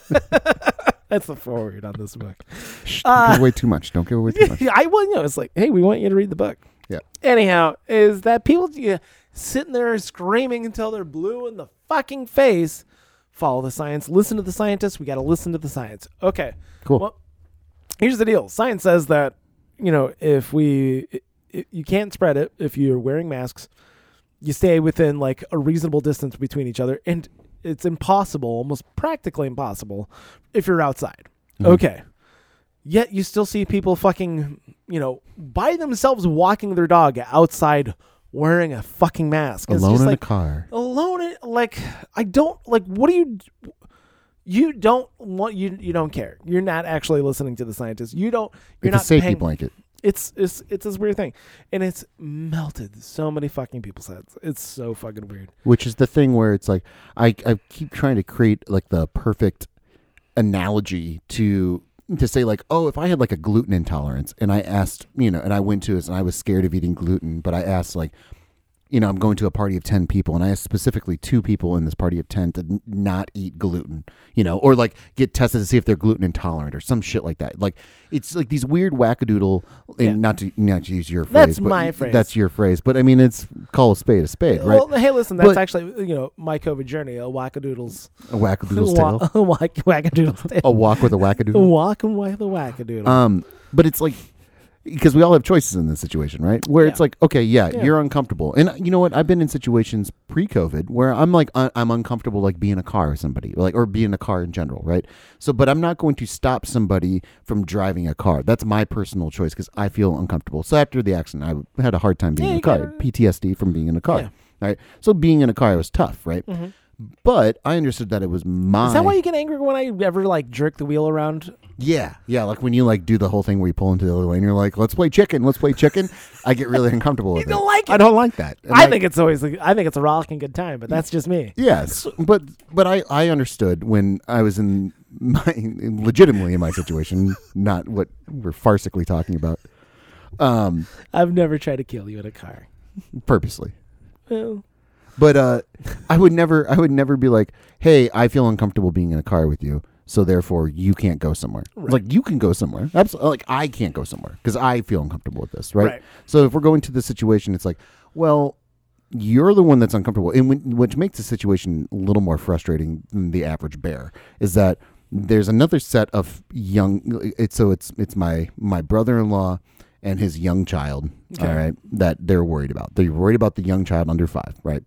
that's the forward on this book.
Shh,
Uh,
don't give away too much. Don't give
[LAUGHS]
away too much.
Yeah, I well, you know, it's like, hey, we want you to read the book.
Yeah.
Anyhow, is that people yeah, sitting there screaming until they're blue in the fucking face? Follow the science. Listen to the scientists. We got to listen to the science. Okay.
Cool.
Well, here's the deal. Science says that you know if we i i you can't spread it if you're wearing masks. you stay within like a reasonable distance between each other and it's impossible almost practically impossible if you're outside
Mhm.
okay yet you still see people fucking you know by themselves walking their dog outside wearing a fucking mask It's
Alone
just
in
like,
a car.
alone in, like i don't like what do you you don't want you you don't care you're not actually listening to the scientists you don't you're
It's a
not
safety
paying,
blanket.
it's it's it's this weird thing, and it's melted so many fucking people's heads. It's so fucking weird.
which is the thing where it's like I, I keep trying to create like the perfect analogy to to say like oh if I had like a gluten intolerance and I asked you know and I went to it and I was scared of eating gluten but I asked like you know I'm going to a party of 10 people and I asked specifically two people in this party of 10 to n- not eat gluten you know or like get tested to see if they're gluten intolerant or some shit like that like it's like these weird wackadoodle and
Yeah.
not to not to use your phrase
That's
but
my phrase.
that's your phrase but I mean it's call a spade a spade right
Well, hey, listen, that's
But-
actually you know my COVID journey, a wackadoodles,
a wackadoodle's tail
Wa- [LAUGHS] wack wackadoodle's tail,
a walk with a wackadoodle.
[LAUGHS] walk and why the wackadoodle.
Um, but it's like because we all have choices in this situation, right? Where it's
Yeah.
like, okay, yeah,
Yeah.
you're uncomfortable, and you know what? I've been in situations pre-COVID where I'm like, un- I'm uncomfortable, like being in a car with somebody, like or being in a car in general, right? So, but I'm not going to stop somebody from driving a car. That's my personal choice because I feel uncomfortable. So after the accident, I had a hard time being
Yeah,
in a
you
car,
gotta-
PTSD from being in a car.
Yeah.
Right, so being in a car was tough, right?
Mhm.
But I understood that it was my.
Is that why you get angry when I ever like jerk the wheel around?
Uh-huh. Yeah, yeah. Like when you like do the whole thing where you pull into the other lane, you're like, "Let's play chicken, let's play chicken." I get
[LAUGHS]
really uncomfortable. with
don't
it.
like
I don't like that. And,
I
like,
think it's always like, I think it's a rollicking good time, but that's just me.
yes, but but I I understood when I was in my legitimately in my situation, not what we're farcically talking about, um,
I've never tried to kill you in a car.
purposely.
Well,
But uh, [LAUGHS] I would never I would never be like, "Hey, I feel uncomfortable being in a car with you." So therefore, you can't go somewhere.
Right.
Like you can go somewhere. Absolutely. Like I can't go somewhere because I feel uncomfortable with this, right?
Right.
So if we're going to the situation, it's like, well, you're the one that's uncomfortable, and when, which makes the situation a little more frustrating than the average bear is that there's another set of young. It's so it's it's my my brother-in-law and his young child.
Okay.
All right, that they're worried about. They're worried about the young child under five, right?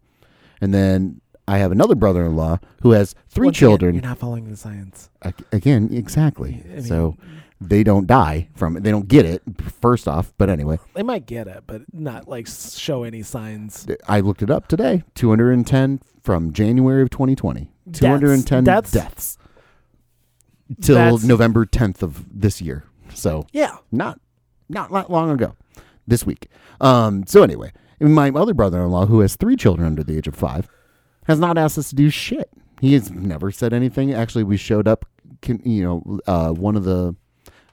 And then I have another brother-in-law who has three
once again,
children.
you're not following the science.
Ag- again exactly
I mean-
so they don't die from it they don't get it first off but anyway
They might get it, but not like show any signs.
th- i looked it up today 210 from january of 2020 210
Deaths.
deaths till
That's-
november 10th of this year so
Yeah.
not not not long ago this week um so anyway and my other brother-in-law who has three children under the age of five has not asked us to do shit he has never said anything actually we showed up can, you know uh one of the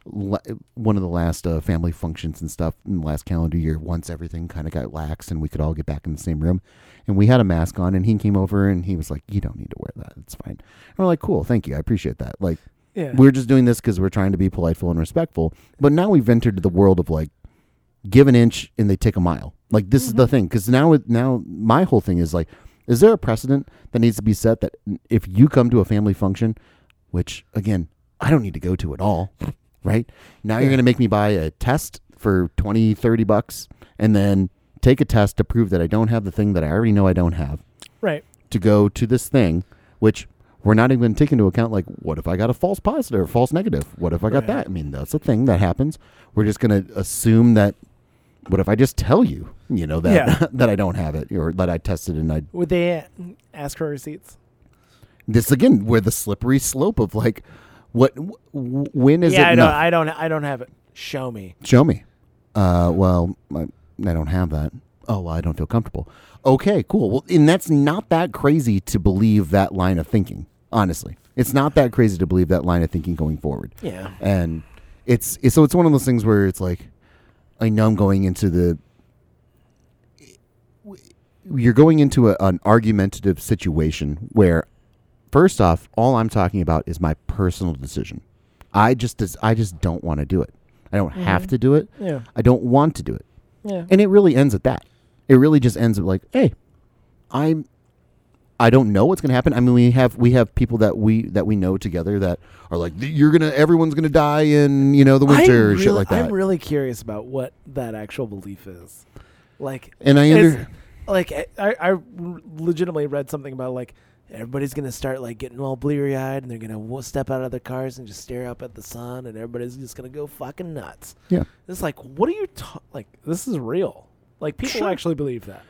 la- one of the last uh, family functions and stuff in the last calendar year once everything kind of got lax and we could all get back in the same room and we had a mask on and he came over and he was like you don't need to wear that it's fine and we're like cool thank you i appreciate that like
Yeah.
we're just doing this because we're trying to be politeful and respectful. But now we've entered the world of like, give an inch and they take a mile. Like this
Mm-hmm.
is the thing. Because now, it- now my whole thing is like, is there a precedent that needs to be set that if you come to a family function, which again I don't need to go to at all, right? Now you're
Yeah.
going to make me buy a test for 20, 30 bucks, and then take a test to prove that I don't have the thing that I already know I don't have
right.
to go to this thing, which we're not even taking into account. Like, what if I got a false positive or false negative? What if I got
Right.
that? I mean, that's a thing that happens. We're just going to assume that. What if I just tell you, you know, that
Yeah.
[LAUGHS] that I don't have it or that I tested and I
Would they uh, ask for receipts?
this again where the slippery slope of like what w- w- when is
yeah,
it
I don't,
enough?
I don't. I don't have it. Show me.
Show me. Uh, well, I, I don't have that. Oh, well, I don't feel comfortable. Okay, cool. Well, and that's not that crazy to believe that line of thinking. Honestly, it's not that crazy to believe that line of thinking going forward.
Yeah.
And it's, it's so it's one of those things where it's like, I know I'm going into the. You're going into a, an argumentative situation where, first off, all I'm talking about is my personal decision. I just I just don't want to do it. I don't have to do it.
Yeah.
I don't want to do it.
Yeah.
And it really ends at that. It really just ends at like, hey, I'm I don't know what's going to happen. I mean, we have we have people that we that we know together that are like you're going to everyone's going to die in, you know, the winter or
really,
shit like that.
I'm really curious about what that actual belief is. Like,
and I
it's-
under
like I, I I legitimately read something about like everybody's gonna start like getting all bleary eyed and they're gonna w- step out of their cars and just stare up at the sun and everybody's just gonna go fucking nuts.
Yeah.
It's like what are you ta- like? This is real. Like people
Sure.
actually believe that.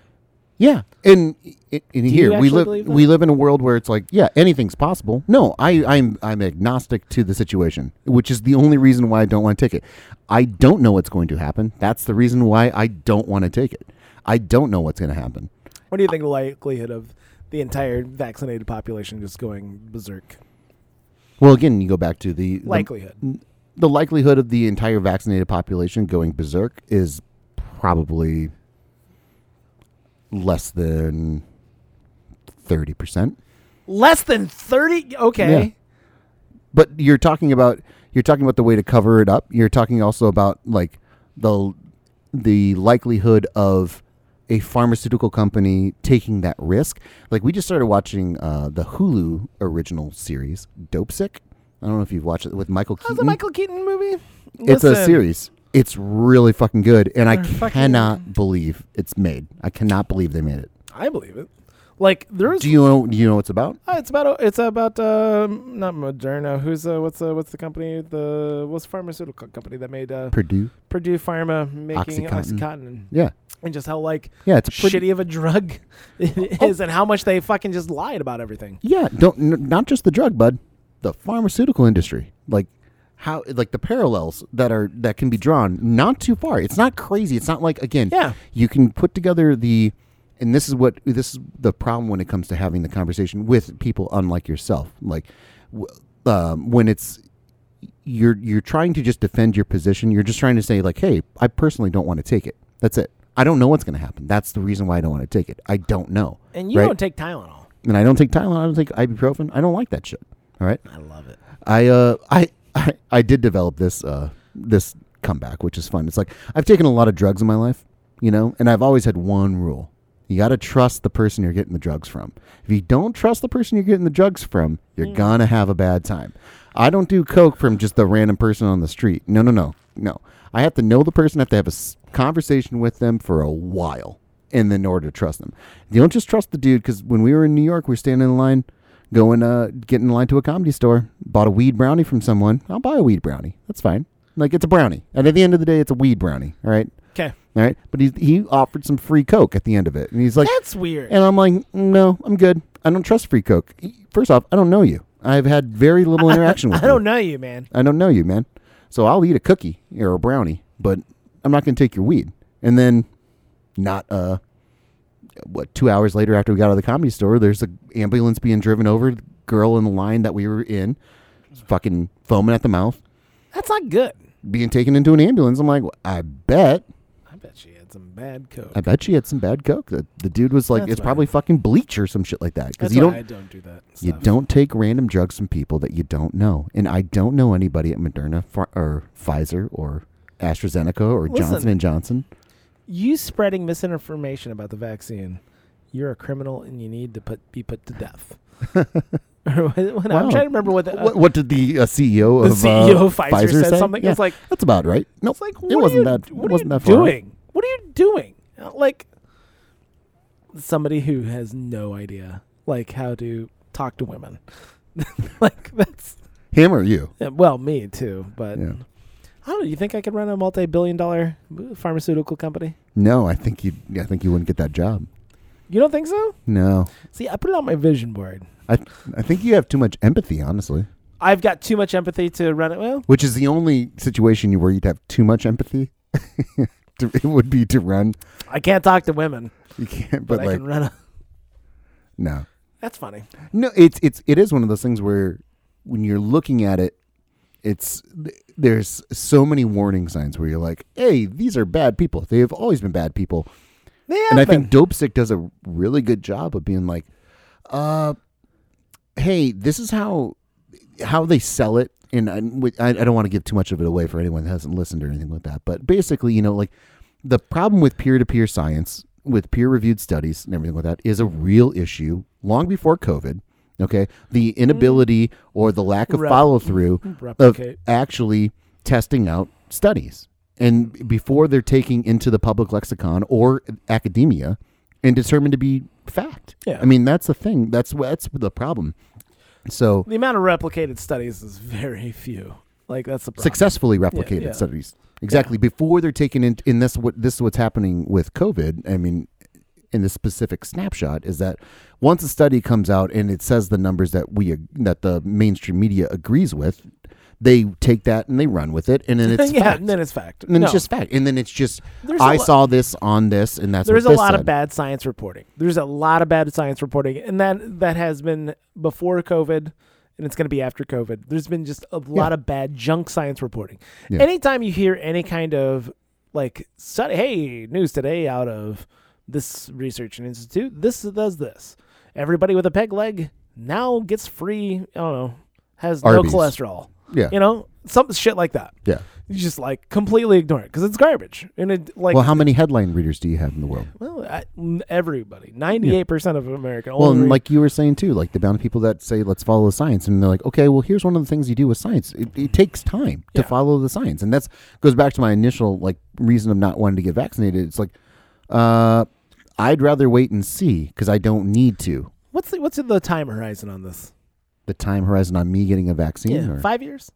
Yeah, and and and
you
here we
actually
live.
believe that?
We live in a world where it's like, yeah, anything's possible. No, I, I'm I'm agnostic to the situation, which is the only reason why I don't want to take it. I don't know what's going to happen. That's the reason why I don't want to take it. I don't know what's going to happen.
What do you think the likelihood of the entire vaccinated population just going berserk?
Well, again, you go back to the the-
Likelihood.
the likelihood of the entire vaccinated population going berserk is probably less than thirty percent.
Less than thirty. Okay.
Yeah. but you're talking about you're talking about the way to cover it up. You're talking also about like the the likelihood of a pharmaceutical company taking that risk. Like we just started watching uh, the Hulu original series Dope Sick. I don't know if you've watched it with Michael
How's
Keaton.
the Michael Keaton movie?
Mm-hmm. it's a
Listen,
series. It's really fucking good, and I
They're fucking-
cannot believe it's made. I cannot believe they made it.
I believe it. Like there is.
Do you know? Do you know what it's about?
Uh, it's about it's about um, not Moderna. Who's uh, what's uh, what's the company? The what's the pharmaceutical company that made uh,
Purdue.
Purdue Pharma making
Oxycontin.
OxyContin,
Yeah,
and just how like
yeah. It's a pretty,
shitty of a drug [LAUGHS] it
Oh.
is, and how much they fucking just lied about everything.
Yeah, don't n- not just the drug, bud. The pharmaceutical industry, like how, like the parallels that are that can be drawn, not too far. It's not crazy. It's not like again,
Yeah.
you can put together the, and this is what this is the problem when it comes to having the conversation with people unlike yourself. Like, w- um, when it's you're you're trying to just defend your position. You're just trying to say like, hey, I personally don't want to take it. That's it. I don't know what's going to happen. That's the reason why I don't want to take it. I don't know.
And you
right?
don't take Tylenol.
and I don't take Tylenol. I don't take ibuprofen. I don't like that shit. All right.
I love it.
I uh I I, I did develop this uh this comeback, which is fun. It's like I've taken a lot of drugs in my life, you know, and I've always had one rule. You got to trust the person you're getting the drugs from. If you don't trust the person you're getting the drugs from, you're going to have a bad time. I don't do coke from just the random person on the street. No, no, no. No. I have to know the person, I have to have a s- conversation with them for a while and then in order to trust them. You don't just trust the dude because when we were in New York, we were standing in line, going, uh, getting in line to a comedy store, bought a weed brownie from someone. I'll buy a weed brownie. That's fine. Like it's a brownie, and at the end of the day, it's a weed brownie. All right,
Okay,
all right. But he he offered some free coke at the end of it, and he's like,
that's weird.
and I'm like, no, I'm good. I don't trust free coke. First off, I don't know you. I've had very little interaction with
[LAUGHS] I
you.
don't know you, man.
I don't know you, man. So I'll eat a cookie or a brownie, but I'm not going to take your weed. And then, not uh, what two hours later after we got out of the comedy store, there's a ambulance being driven over. The girl in the line that we were in, is fucking foaming at the mouth,
That's not good.
being taken into an ambulance. I'm like, I bet,
I bet she had some bad coke.
I bet she had some bad coke. The, the dude was like,
That's
it's
why.
probably fucking bleach or some shit like that because
That's
you
why
don't
I don't do that.
You
stuff.
don't take random drugs from people that you don't know, and I don't know anybody at Moderna Ph- or Pfizer or AstraZeneca or
Listen.
Johnson and Johnson.
You spreading misinformation about the vaccine. You're a criminal, and you need to put be put to
[LAUGHS]
death. Or what- what-
Wow.
I'm trying to remember what the,
What, what did the uh, CEO
the
of
CEO
uh,
of Pfizer, said
say?
something.
Yeah,
It's like
that's about right. No,
it's like what
it
are
wasn't
you,
that.
What
wasn't
are you
that far.
doing? What are you doing? Uh, Like somebody who has no idea like how to talk to women. [LAUGHS] like that's
Him or you?
yeah, well me too, but
Yeah.
I don't know. You think I could run a multi-billion-dollar pharmaceutical company?
No, I think you. I think you wouldn't get that job.
You don't think so?
No,
See, I put it on my vision board.
I. I think you have too much empathy, honestly.
I've got too much empathy to run it. Well,
Which is the only situation you- where you'd have too much empathy. [LAUGHS] to, it would be to run.
I can't talk to women,
You can't.
but,
But,
I
like,
can run a. [LAUGHS]
no.
That's funny.
No, it's it's it is one of those things where when you're looking at it, it's th- there's so many warning signs where you're like, "Hey, these are bad people. They have always been bad people."
They have
and I
been.
think Dope Sick does a really good job of being like, "Uh, hey, this is how how they sell it." And I, with- I, I don't want to give too much of it away for anyone that hasn't listened or anything like that. But basically, you know, like the problem with peer to peer science, with peer reviewed studies and everything like that, is a real issue long before COVID. Okay. The inability or the lack of
Right.
follow through of
replicate.
actually testing out studies. And before they're taking into the public lexicon or academia and determined to be fact.
Yeah.
I mean, that's the thing. That's wh- that's the problem. So
The amount of replicated studies is very few. Like that's the problem.
successfully replicated
yeah.
studies exactly before they're taken in. In this, what this is what's happening with COVID. I mean, in this specific snapshot is that once a study comes out and it says the numbers that we ag- that the mainstream media agrees with, they take that and they run with it,
[LAUGHS]
and then it's
yeah,
fact.
and then it's fact.
And then
no,
it's just fact. And then it's just
There's a
I
lot-
saw this on this, and that's
there's
what
a
this
lot of
said.
bad science reporting. There's a lot of bad science reporting, and that that has been before COVID, and it's going to be after COVID. There's been just a lot of bad junk science reporting.
Yeah.
Anytime you hear any kind of like study, hey, news today out of this research and institute, this does this. Everybody with a peg leg now gets free. I don't know, has
Arby's.
no cholesterol.
Yeah.
you know, some shit like that.
Yeah.
You just like completely ignore it because it's garbage, and it like
well, how many headline readers do you have in the world?
well, I, n- everybody, ninety-eight percent of America.
Well,
only
and
read-
like you were saying too, like the amount of people that say let's follow the science, and they're like, okay, well, here's one of the things you do with science. It, it takes time to
Yeah.
follow the science, and that's goes back to my initial like reason of not wanting to get vaccinated. It's like, uh, I'd rather wait and see because I don't need to.
what's the, what's the time horizon on this?
The time horizon on me getting a vaccine, or
five years,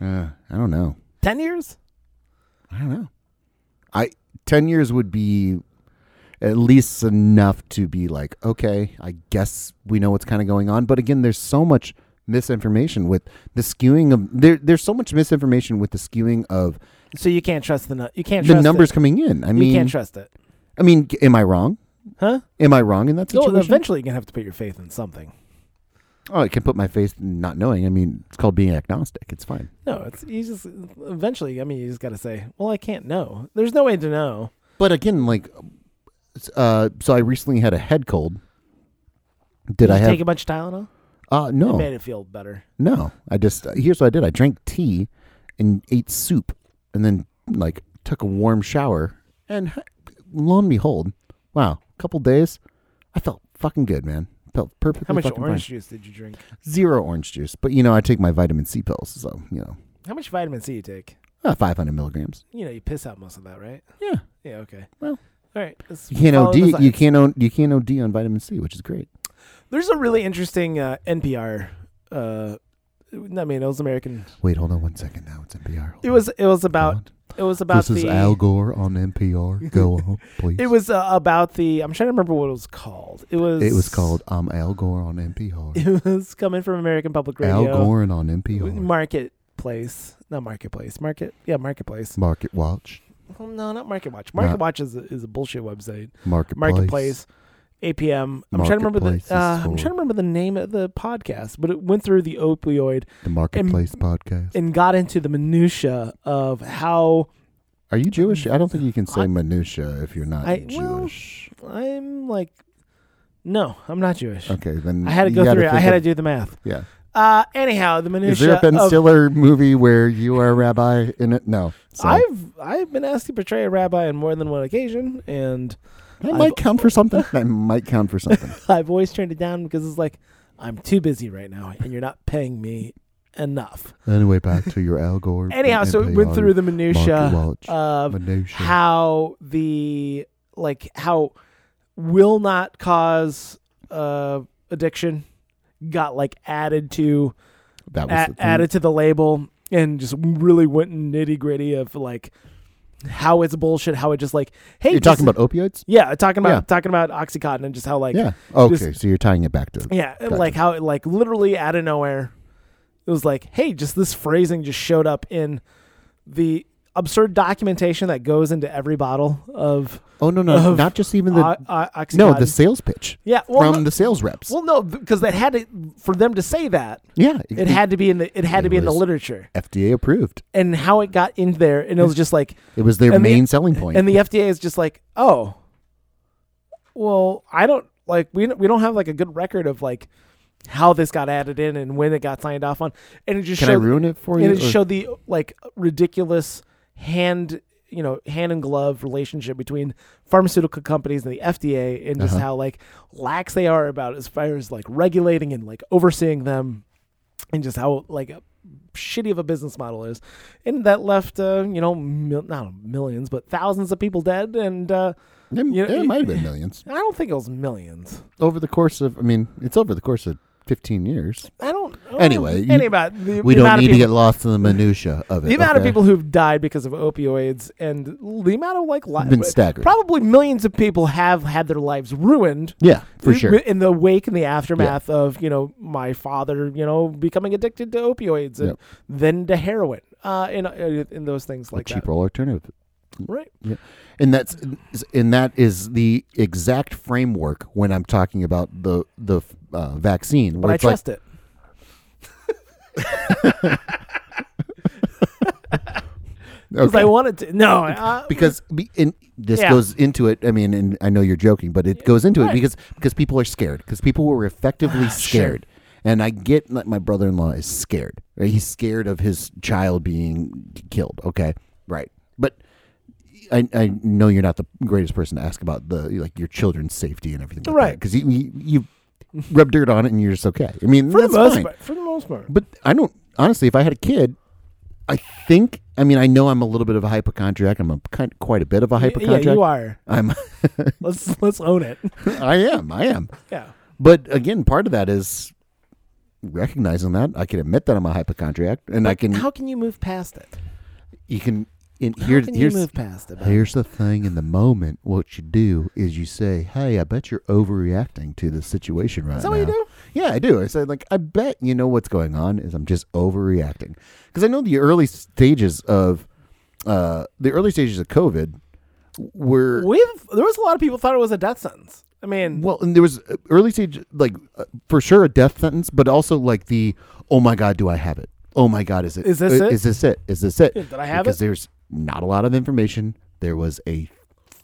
uh, I don't know.
ten years.
I don't know. I ten years would be at least enough to be like, okay, I guess we know what's kind of going on. But again, there's so much misinformation with the skewing of there. There's so much misinformation with the skewing of
So you can't trust the nu- you can't
the
trust
numbers
It.
coming in. I
you
mean,
can't trust it,
I mean, g- am I wrong?
huh?
Am I wrong in that
You'll-
situation?
eventually, you're gonna have to put your faith in something.
oh, I can put my faith in not knowing. I mean, it's called being agnostic. It's fine.
No, it's you just eventually. I mean, you just gotta say, well, I can't know. There's no way to know.
But again, like, uh, so I recently had a head cold. Did I
you
have?
take a bunch of Tylenol?
uh, no.
It made it feel better.
No, I just uh, here's what I did. I drank tea and ate soup, and then like took a warm shower. And h- lo and behold, wow, a couple days, I felt fucking good, man. Felt perfectly.
How much
fucking
orange juice did you drink?
Fine. Zero orange juice, but you know I take my vitamin C pills, so you know
How much vitamin C you take?
uh, 500 milligrams.
You know, you piss out most of that, right?
Yeah,
Yeah. Okay.
Well,
all right. let's
you can't
follow
OD.
the
You
science.
can't own. You can't OD on vitamin C, which is great.
There's a really interesting uh, NPR. Uh, I mean, it was American.
Wait, hold on one second. Now it's NPR. Hold
It
on.
was it was
Hold
about
on.
it was about
Uh-huh. this is
the
Al Gore on NPR. Go on, please.
[LAUGHS] it was uh, about the I'm trying to remember what it was called. It was
It was called "I'm Al Gore on NPR."
[LAUGHS] It was coming from American Public
Al
Radio.
Gorin on NPR.
Marketplace, not marketplace. Market, yeah, marketplace.
Market Watch.
Oh, no, not Market Watch.
Not-
Market Watch is a, is a bullshit website.
Marketplace.
Marketplace, APM. I'm trying to remember
Marketplace is
the uh, I'm
for-
trying to remember the name of the podcast, but it went through the opioid
The Marketplace podcast.
and got into the minutia of how
Are you Jewish? I don't think you can say
I-
minutia if you're not
I- well,
Jewish.
I'm like, no, I'm not Jewish.
okay, then
I had to
you
go
gotta
through it. I
think
had to
of-
do the math.
Yeah.
Uh, anyhow, the
Is there
minutia
a Ben
of
Stiller movie where you are a rabbi in it? No. So
I've I've been asked to portray a rabbi on more than one occasion, and [LAUGHS]
that might
I've-
count for something. that might count for something.
[LAUGHS] I've always turned it down because it's like I'm too busy right now, and you're not paying me enough.
anyway, back to your Al Gore.
Anyhow, so it went
NPR,
through the
Market
minutia
Watch,
of
minutia.
how the like how will not cause uh addiction got like added to
that was
a-
the thing.
added to the label and just really went nitty gritty of like how it's bullshit, how it just like hey,
You're
this
talking
is-
about opioids?
yeah, talking about
Yeah.
talking about oxycontin and just how like yeah,
yeah. Okay,
just-
so you're tying it back to Gotcha.
like how it like literally out of nowhere, it was like hey, just this phrasing just showed up in the absurd documentation that goes into every bottle of
Oh no, no,
Of
not just even the
o- o- oxycontin.
no the sales pitch
yeah, well,
from
no,
the sales reps.
well, no, because that had to for them to say that
yeah,
it had to be in the it had to
It
be in the
was-
literature
FDA approved.
and how it got in there and it was just like
It was their
And the-
main selling point.
And the FDA is just like, oh, well, I don't like we don't- we don't have like a good record of like how this got added in and when it got signed off on, and it just
Can I
showed
ruin it for
and
you?
it
or-
showed the like ridiculous hand you know hand and glove relationship between pharmaceutical companies and the FDA and just
Uh-huh.
how like lax they are about as far as like regulating and like overseeing them and just how like shitty of a business model is, and that left uh, you know mil- not millions but thousands of people dead, and uh,
It,
You know,
it
you-
might have
[LAUGHS]
been millions
I don't think it was millions.
over the course of. I mean, it's over the course of fifteen years.
I don't. I don't
Anyway,
know
you-
any about the,
We
the
don't
amount
need
of
to
people,
get lost in the minutia of it.
the amount of
okay?
people who've died because of opioids and the amount of like li-
been staggered.
Probably millions of people have had their lives ruined
yeah, for sure.
in the wake and the aftermath of you know my father you know becoming addicted to opioids and
Yep.
then to heroin uh and, uh, and those things
A
like
cheap
that
alternative.
right
Yeah. And that's and that is the exact framework when I'm talking about the the uh, vaccine.
but
where
i
it's like,
trust it because
okay.
i wanted to no uh,
because be- and this
Yeah.
goes into it. I mean, and I know you're joking, but it goes into
right. Ah,
it because because people are scared because people were effectively scared. And I get that my brother-in-law is scared. Right? He's scared of his child being killed. Okay, right. But I, I know you're not the greatest person to ask about the like your children's safety and everything, like
Right.
Because you, you you rub dirt on it and you're just okay. I mean,
for the
that's
most
fine.
part for the most part
But I don't honestly. If I had a kid, I think. I mean, I know I'm a little bit of a hypochondriac. I'm a kind, quite a bit of a
Y-
hypochondriac.
yeah you are
I'm. [LAUGHS]
let's [LAUGHS] let's own it
I am. I am.
yeah
But again, part of that is recognizing that I can admit that I'm a hypochondriac, and I can.
how can you move past it
you can. And
how
here's
can you
here's
move past it Bob?
here's the thing. In the moment, what you do is you say, "Hey, I bet you're overreacting to the situation right
is that
now."
what you do
Yeah, I do. I said, like, I bet you know what's going on is I'm just overreacting because I know the early stages of uh, the early stages of COVID were
with there was a lot of people thought it was a death sentence i mean
well, and there was uh, early stage like uh, for sure a death sentence, but also like the oh my god, do I have it? Oh my god, is it?
Is this
uh,
it?
Is this it? Is this it?
Yeah, did I have
because
it?
there's not a lot of information. There was a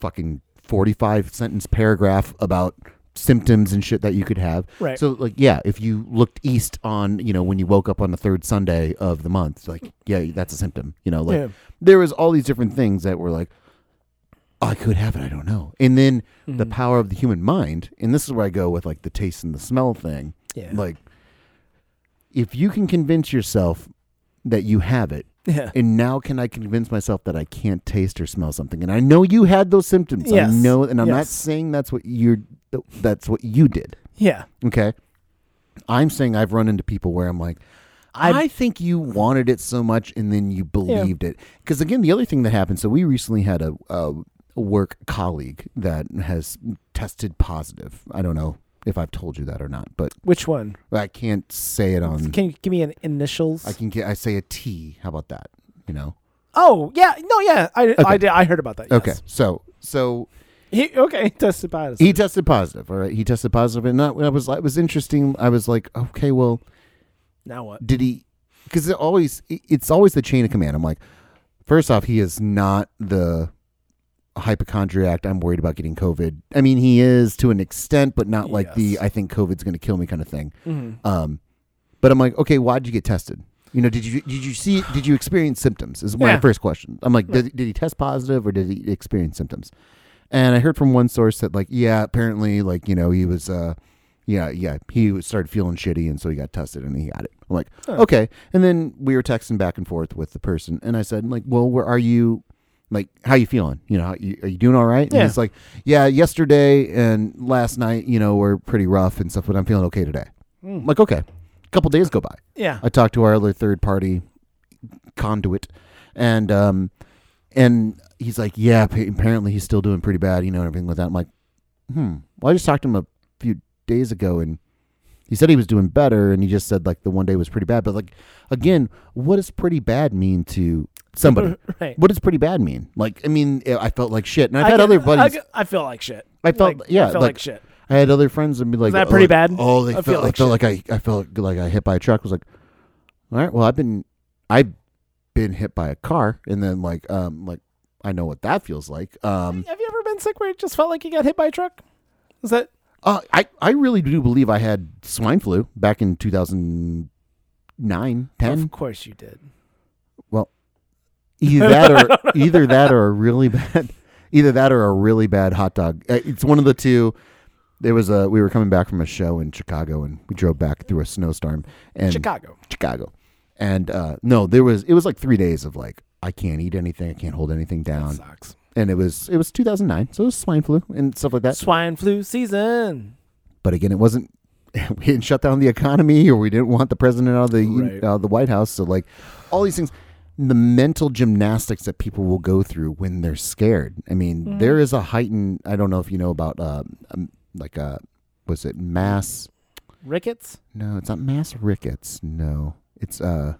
fucking forty-five sentence paragraph about symptoms and shit that you could have.
Right.
So like, yeah, if you looked east on, you know, when you woke up on the third Sunday of the month, like, yeah, that's a symptom. You know, like
Yeah.
there was all these different things that were like, I could have it. I don't know. And then the
Mm-hmm.
power of the human mind, and this is where I go with like the taste and the smell thing.
Yeah.
Like, if you can convince yourself that you have it,
yeah
and now can I convince myself that I can't taste or smell something? And I know you had those symptoms.
Yes.
I know, and I'm not
Yes.
saying that's what you're. That's what you did.
yeah
Okay. I'm saying I've run into people where I'm like,
I-
I, think you wanted it so much and then you believed it. Because again, the other thing that happened, so we recently had a, a work colleague that has tested positive. I don't know if I've told you that or not, but
which one
I can't say it on.
can you give me an initials
um, I can get. I say a T. How about that? You know.
Oh yeah, no, yeah, I I,
Okay.
did, I heard about that.
Okay.
yes.
So so
he, okay, [LAUGHS] he tested positive.
he tested positive. All right. He tested positive, and that I was it was interesting. I was like, okay, well,
now what?
did he because it always it- it's always the chain of command i'm like first off he is not the hypochondriac i'm worried about getting covid i mean he is to an extent but not like the
Yes.
i think covid's going to kill me kind of thing
Mhm.
um but i'm like okay why'd you get tested you know did you did you see did you experience symptoms is my
Yeah.
first question i'm like did, did he test positive or did he experience symptoms and i heard from one source that like yeah apparently like you know he was uh yeah, yeah. He was- started feeling shitty, and so he got tested, and he got it. I'm like,
Huh.
okay. And then we were texting back and forth with the person, and I said, like, well, where are you? Like, how you feeling? You know, how you, are you doing all right?
Yeah.
And he's like, yeah, yesterday and last night, you know, were pretty rough and stuff, but I'm feeling okay today.
Mm.
I'm like, okay. A couple days go by.
Yeah,
[LAUGHS] I talked to our other third party conduit, and um, and he's like, yeah, pa- apparently he's still doing pretty bad, you know, and everything like that. I'm like, hmm. Well, I just talked to him a few days ago, and he said he was doing better, and he just said like the one day was pretty bad, but like again, what does pretty bad mean to
[LAUGHS]
somebody?
right.
What does pretty bad mean? Like, I mean, I felt like shit, and I've
I
had
get-
other
I,
buddies.
get- I feel like shit.
I felt-
Like,
yeah,
I feel like,
like-
shit.
I had other friends and be like,
that
oh,
pretty
like-
bad?
Oh, they
I
felt,
feel like
I felt like I, I felt like I hit by a truck. I was like, all right, well, I've been, I've been hit by a car, and then like, um, like I know what that feels like. Um,
Have you ever been sick where it just felt like you got hit by a truck? Is that
uh, I, I really do believe I had swine flu back in 2009, 10.
Of course you did.
[LAUGHS] Either that or either that or a really [LAUGHS] bad, either that or a really bad hot dog. Uh, It's one of
[LAUGHS]
the two. There was a we were coming back from a show in Chicago, and we drove back through a snowstorm, and
Chicago.
Chicago. And uh, no, there was it was like three days of like I can't eat anything, I can't hold anything
That
down,
sucks.
and it was it was 2009, so it was swine flu and stuff like that.
Swine flu season.
But again, it wasn't [LAUGHS] we didn't shut down the economy or we didn't want the president out of the
Right.
out of the White House. So like all these things, the mental gymnastics that people will go through when they're scared. I mean, there is a heightened. I don't know if you know about uh, um, like a was it mass
Rickets.
No, it's not mass rickets. No, it's uh,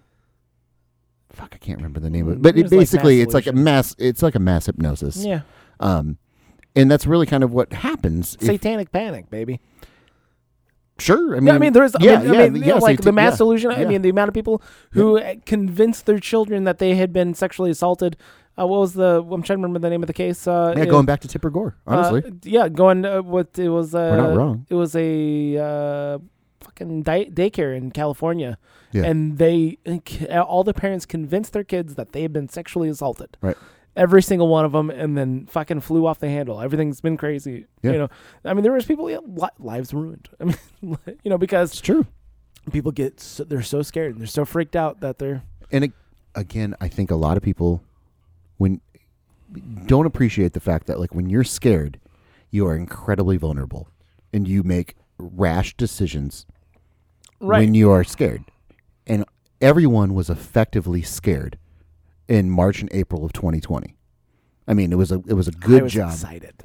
fuck, I can't remember the name of it. But it
There's, like, mass
basically, it's like a
solutions.
mass. It's like a mass hypnosis.
Yeah.
Um, and that's really kind of what happens. if-
Satanic panic, baby.
sure. I mean,
Yeah, I mean, there is. I
yeah,
mean,
yeah,
I mean you
yeah,
know, like the
satan-
mass
yeah,
delusion. I
yeah.
mean, the amount of people who uh, convinced their children that they had been sexually assaulted. Uh, what was the? I'm trying to remember the name of the case. Uh,
Yeah,
it-
going back to Tipper Gore. Honestly,
uh, yeah, going. Uh, what it was. Uh,
we're not wrong.
It was a uh, fucking day- daycare in California,
Yeah.
and they uh, all the parents convinced their kids that they had been sexually assaulted.
Right.
Every single one of them, and then fucking flew off the handle. Everything's been crazy.
Yeah.
You know, I mean, there was people yeah, li- lives ruined. [LAUGHS] I mean, you know, because
It's true.
people get so, they're so scared and they're so freaked out that they're
And it, again, I think a lot of people when don't appreciate the fact that like when you're scared, you are incredibly vulnerable, and you make rash decisions when you are scared. And everyone was effectively scared in March and April of 2020. I mean, it was a it was a good
I was
job.
Excited.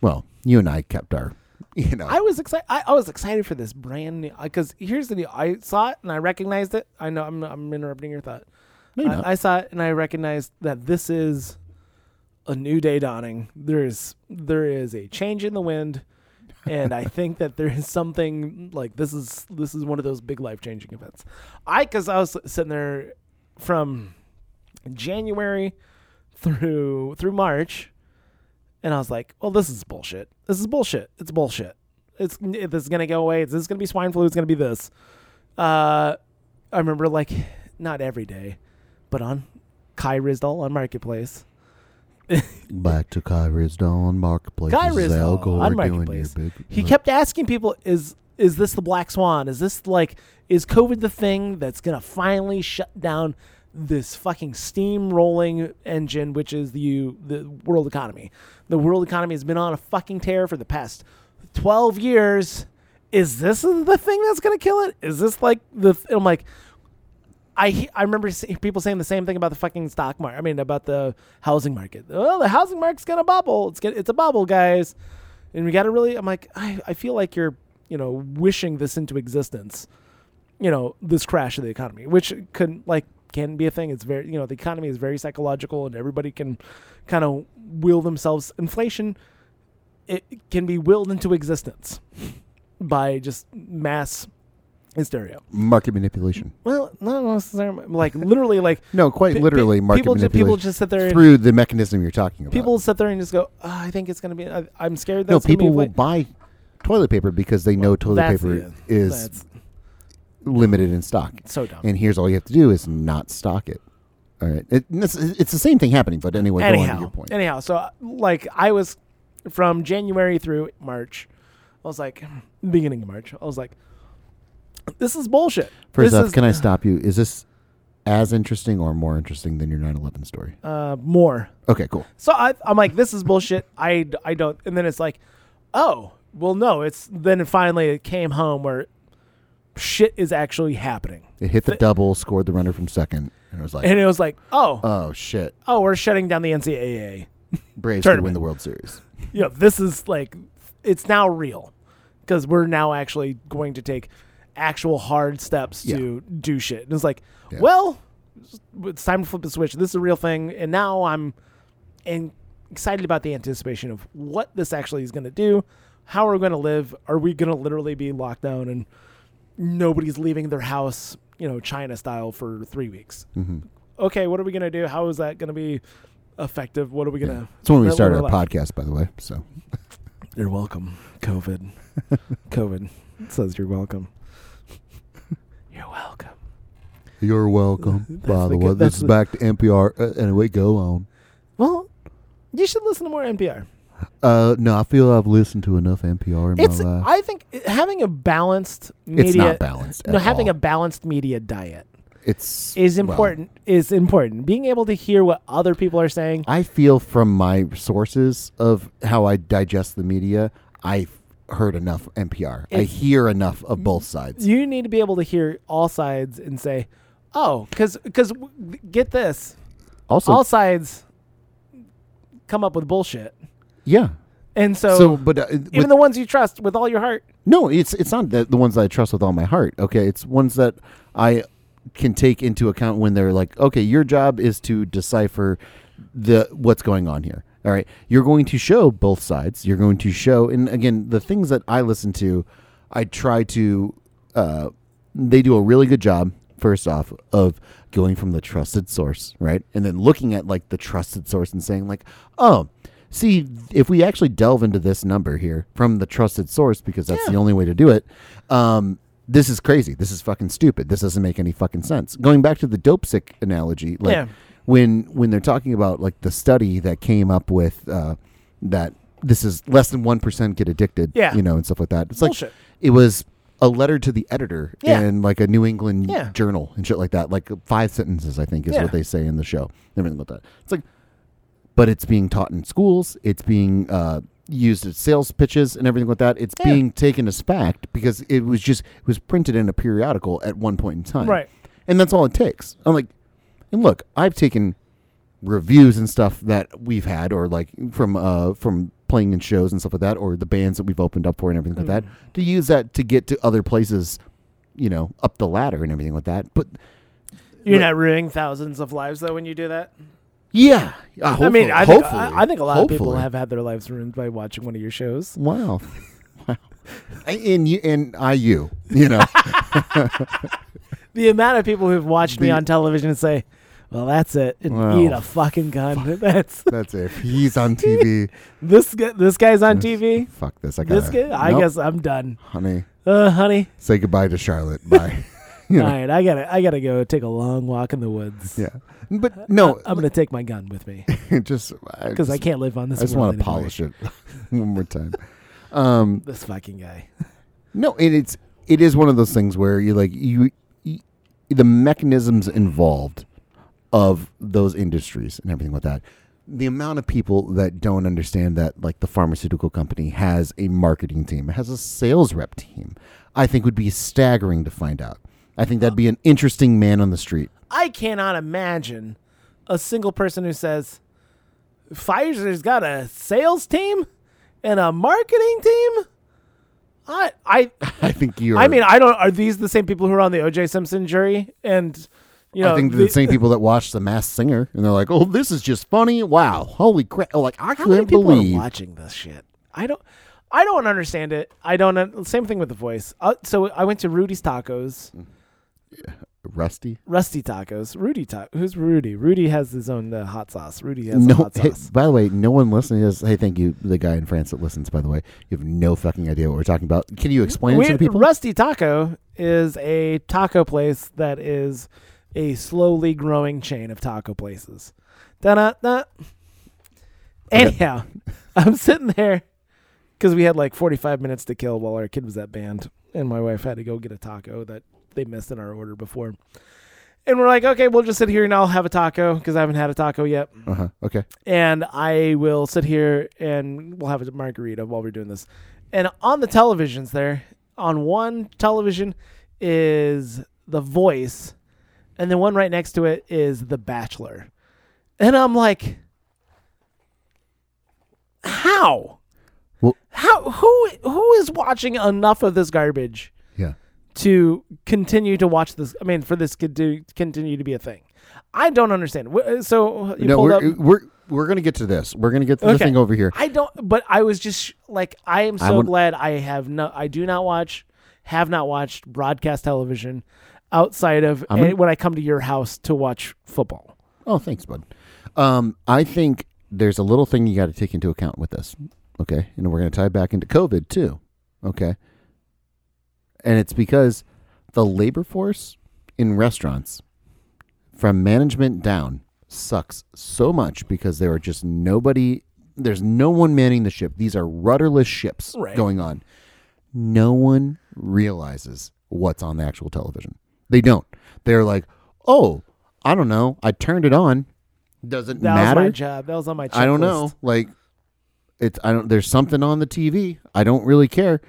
Well, you and I kept our, [LAUGHS] you know,
I was excited. I, I was excited for this brand new. Because here's the deal. I saw it and I recognized it. I know I'm I'm interrupting your thought.
No, you're
I-
not.
I, saw it and I recognized that this is a new day dawning. There is there is a change in the wind, and I think that there is something like this is this is one of those big life changing events. I because I was sitting there from January through through March, and I was like, well, this is bullshit. This is bullshit. It's bullshit. It's this is gonna go away. It's, this is gonna be swine flu. It's gonna be this. Uh, I remember like not every day, but on Kai Rizdal on Marketplace.
back to Kai Rizdal on Marketplace.
Kai
This is Al
Rizdal
Gore
on
doing
Marketplace.
your big-
He kept asking people, "Is is this the black swan? Is this like is COVID the thing that's gonna finally shut down this fucking steamrolling engine, which is the the world economy? The world economy has been on a fucking tear for the past twelve years. Is this the thing that's gonna kill it? Is this like the? and I'm like, I he- I remember se- people saying the same thing about the fucking stock market. I mean, about the housing market. Oh, the housing market's gonna bubble. It's gonna, it's a bubble, guys. And we gotta really. I'm like, I, I feel like you're you know wishing this into existence. You know this crash of the economy, which could like can be a thing. It's very you know the economy is very psychological, and everybody can kind of will themselves. Inflation it can be willed into existence by just mass hysteria.
market manipulation.
Well, not necessarily. Like literally, like
[LAUGHS] No, quite
pe- pe-
literally market
people. ju-
manipulation.
people just sit there. And,
through the mechanism you're talking about.
people sit there and just go. "Ah, I think it's gonna be. I, I'm scared.
no,
That's gonna be
people will
like-"
buy toilet paper because they know toilet
That's
paper
it.
is
That's
limited in stock.
so dumb.
and here's all you have to do is not stock it. All right, it, it's, it's the same thing happening, but anyway, go on to your
anyhow,
point.
anyhow. So like I was from January through March. I was like beginning of March. I was like, this is bullshit.
First
this
off,
is, [LAUGHS]
can I stop you? Is this as interesting or more interesting than your 9/11 story?
uh, more.
Okay, cool.
So I, I'm like, this is bullshit. I, I don't. And then it's like, oh, well, no. It's then finally it came home where shit is actually happening,
It hit the double, scored the runner from second, and it was like,
and it was like, oh,
oh shit,
oh, we're shutting down the NCAA.
Braves could win
tournament.
the World Series.
You know, this is like, it's now real because we're now actually going to take actual hard steps to do shit. And it's like,
Yeah.
well, it's time to flip the switch. This is a real thing, and now I'm and excited about the anticipation of what this actually is going to do. How are we going to live? Are we going to literally be locked down and nobody's leaving their house, you know, China style for three weeks?
Mm-hmm.
Okay, what are we going to do? How is that going to be effective? What are we going to?
It's when we started our podcast, by the way. So
You're welcome,
[LAUGHS]
COVID. COVID says you're welcome. You're welcome.
you're welcome. by
the
the
good- [LAUGHS]
way,
that's
this is
the-
back to NPR. Uh, anyway, go on.
Well, you should listen to more NPR.
Uh, no, I feel I've listened to enough NPR in
It's
my life.
I think uh, having a balanced media
it's not balanced.
no
at
having
all.
a balanced media diet
it's
is
well,
important. Is important. Being able to hear what other people are saying.
I feel from my sources of how I digest the media, I've heard enough NPR. I
It's-
hear enough of both sides.
You need to be able to hear all sides and say, "Oh, because because get this,
Also,
all sides come up with bullshit."
yeah.
And so,
So, but uh,
even the ones you trust with all your heart,
No, it's it's not the, the ones that I trust with all my heart. Okay, it's ones that I can take into account when they're like, okay, your job is to decipher the what's going on here. All right, you're going to show both sides. You're going to show, and again, the things that I listen to, I try to. Uh, they do a really good job. First off, of going from the trusted source, right, and then looking at like the trusted source and saying like, oh, see, if we actually delve into this number here from the trusted source, because that's the only way to do it. Um, this is crazy. This is fucking stupid. This doesn't make any fucking sense. Going back to the dope sick analogy, like
Yeah.
when when they're talking about like the study that came up with uh, that this is less than one percent get addicted,
Yeah.
you know, and stuff like that. It's
Bullshit.
like it was a letter to the editor
Yeah.
in like a New England
Yeah.
journal and shit like that. Like five sentences, I think, is
Yeah.
what they say in the show. Everything about that. It's like, but it's being taught in schools. It's being uh, used at sales pitches and everything like that. It's
Yeah.
being taken as fact because it was just it was printed in a periodical at one point in time,
Right.
And that's all it takes. I'm like, and look, I've taken reviews and stuff that we've had, or like from uh from playing in shows and stuff like that, or the bands that we've opened up for and everything like
Mm-hmm.
that, to use that to get to other places, you know, up the ladder and everything like that. But
you're
Look-
not ruining thousands of lives though when you do that.
yeah, uh,
I mean,
hopefully-
I think,
hopefully,
I, I think a lot of people
hopefully.
have had their lives ruined by watching one of your shows.
Wow. [LAUGHS] Wow. In you in IU,
[LAUGHS]
you know.
The amount of people who've watched me
The-
on television and say, "Well, that's it. And
Well,
eat a fucking gun. [LAUGHS] That's
That's it. He's on TV.
this. guy- This guy's on TV.
Fuck this. I got
This guy. I guess I'm done.
honey,
Uh,
[LAUGHS]
honey.
say goodbye to Charlotte.
[LAUGHS]
Bye. You know,
All right, I gotta. I gotta go take a long walk in the woods.
Yeah. But no,
I'm gonna take my gun with me
[LAUGHS] just
[LAUGHS]
I
because I
just,
can't live on this.
I just
world
want to
anymore.
polish it [LAUGHS] one more time. Um
this fucking guy.
No, and it's it is one of those things where you like you, you the mechanisms involved of those industries and everything like that. The amount of people that don't understand that like the pharmaceutical company has a marketing team, has a sales rep team, I think would be staggering to find out. I think that'd be an interesting man on the street. [LAUGHS]
I cannot imagine a single person who says Pfizer's got a sales team and a marketing team. I I
I think you're
I mean I don't are these the same people who are on the OJ Simpson jury and you know
I think the,
the-
same people that watch The Masked Singer and they're like, "Oh, this is just funny! Wow, holy crap! Like
how
I
many
couldn't
people
believe."
are watching this shit? I don't I don't understand it. I don't un- same thing with the voice. Uh, so I went to Rudy's Tacos,
Mm. Rusty,
Rusty Tacos, Rudy ta- Who's Rudy? Rudy has his own uh, hot sauce. Rudy has a
no,
hot
hey,
sauce.
by the way, no one listening is. Hey, thank you, the guy in France that listens. By the way, you have no fucking idea what we're talking about. Can you explain it to
We-
the people?
Rusty Taco is a taco place that is a slowly growing chain of taco places. Da-da-da. Anyhow, [LAUGHS] I'm sitting there because we had like 45 minutes to kill while our kid was at band, and my wife had to go get a taco that they missed in our order before. And we're like, okay, we'll just sit here and I'll have a taco because I haven't had a taco yet
Uh huh. Okay.
and I will sit here and we'll have a margarita while we're doing this. And on the televisions there, on one television is The Voice, and the one right next to it is The Bachelor. And I'm like, how?
Well-
how who who is watching enough of this garbage
Yeah.
to continue to watch this? I mean, for this could do, continue to be a thing. I don't understand. Wh- So you
no,
pulled
we're,
up.
we're we're gonna get to this. We're gonna get to the
Okay.
thing over here.
I don't, but I was just like, I am so
I would-
glad I have no, I do not watch, have not watched broadcast television outside of
I'm gonna-
eh, when I come to your house to watch football.
Oh, thanks, bud. Um, I think there's a little thing you got to take into account with this. Okay, and we're gonna tie back into COVID too. Okay, and it's because the labor force in restaurants, from management down, sucks so much because there are just nobody. There's no one manning the ship. These are rudderless ships
Right.
going on. No one realizes what's on the actual television. They don't. They're like, oh, I don't know. I turned it on. Doesn't
That was my
matter.
job. That was on my. Checklist.
I don't know. Like it's I don't there's something on the TV. I don't really care.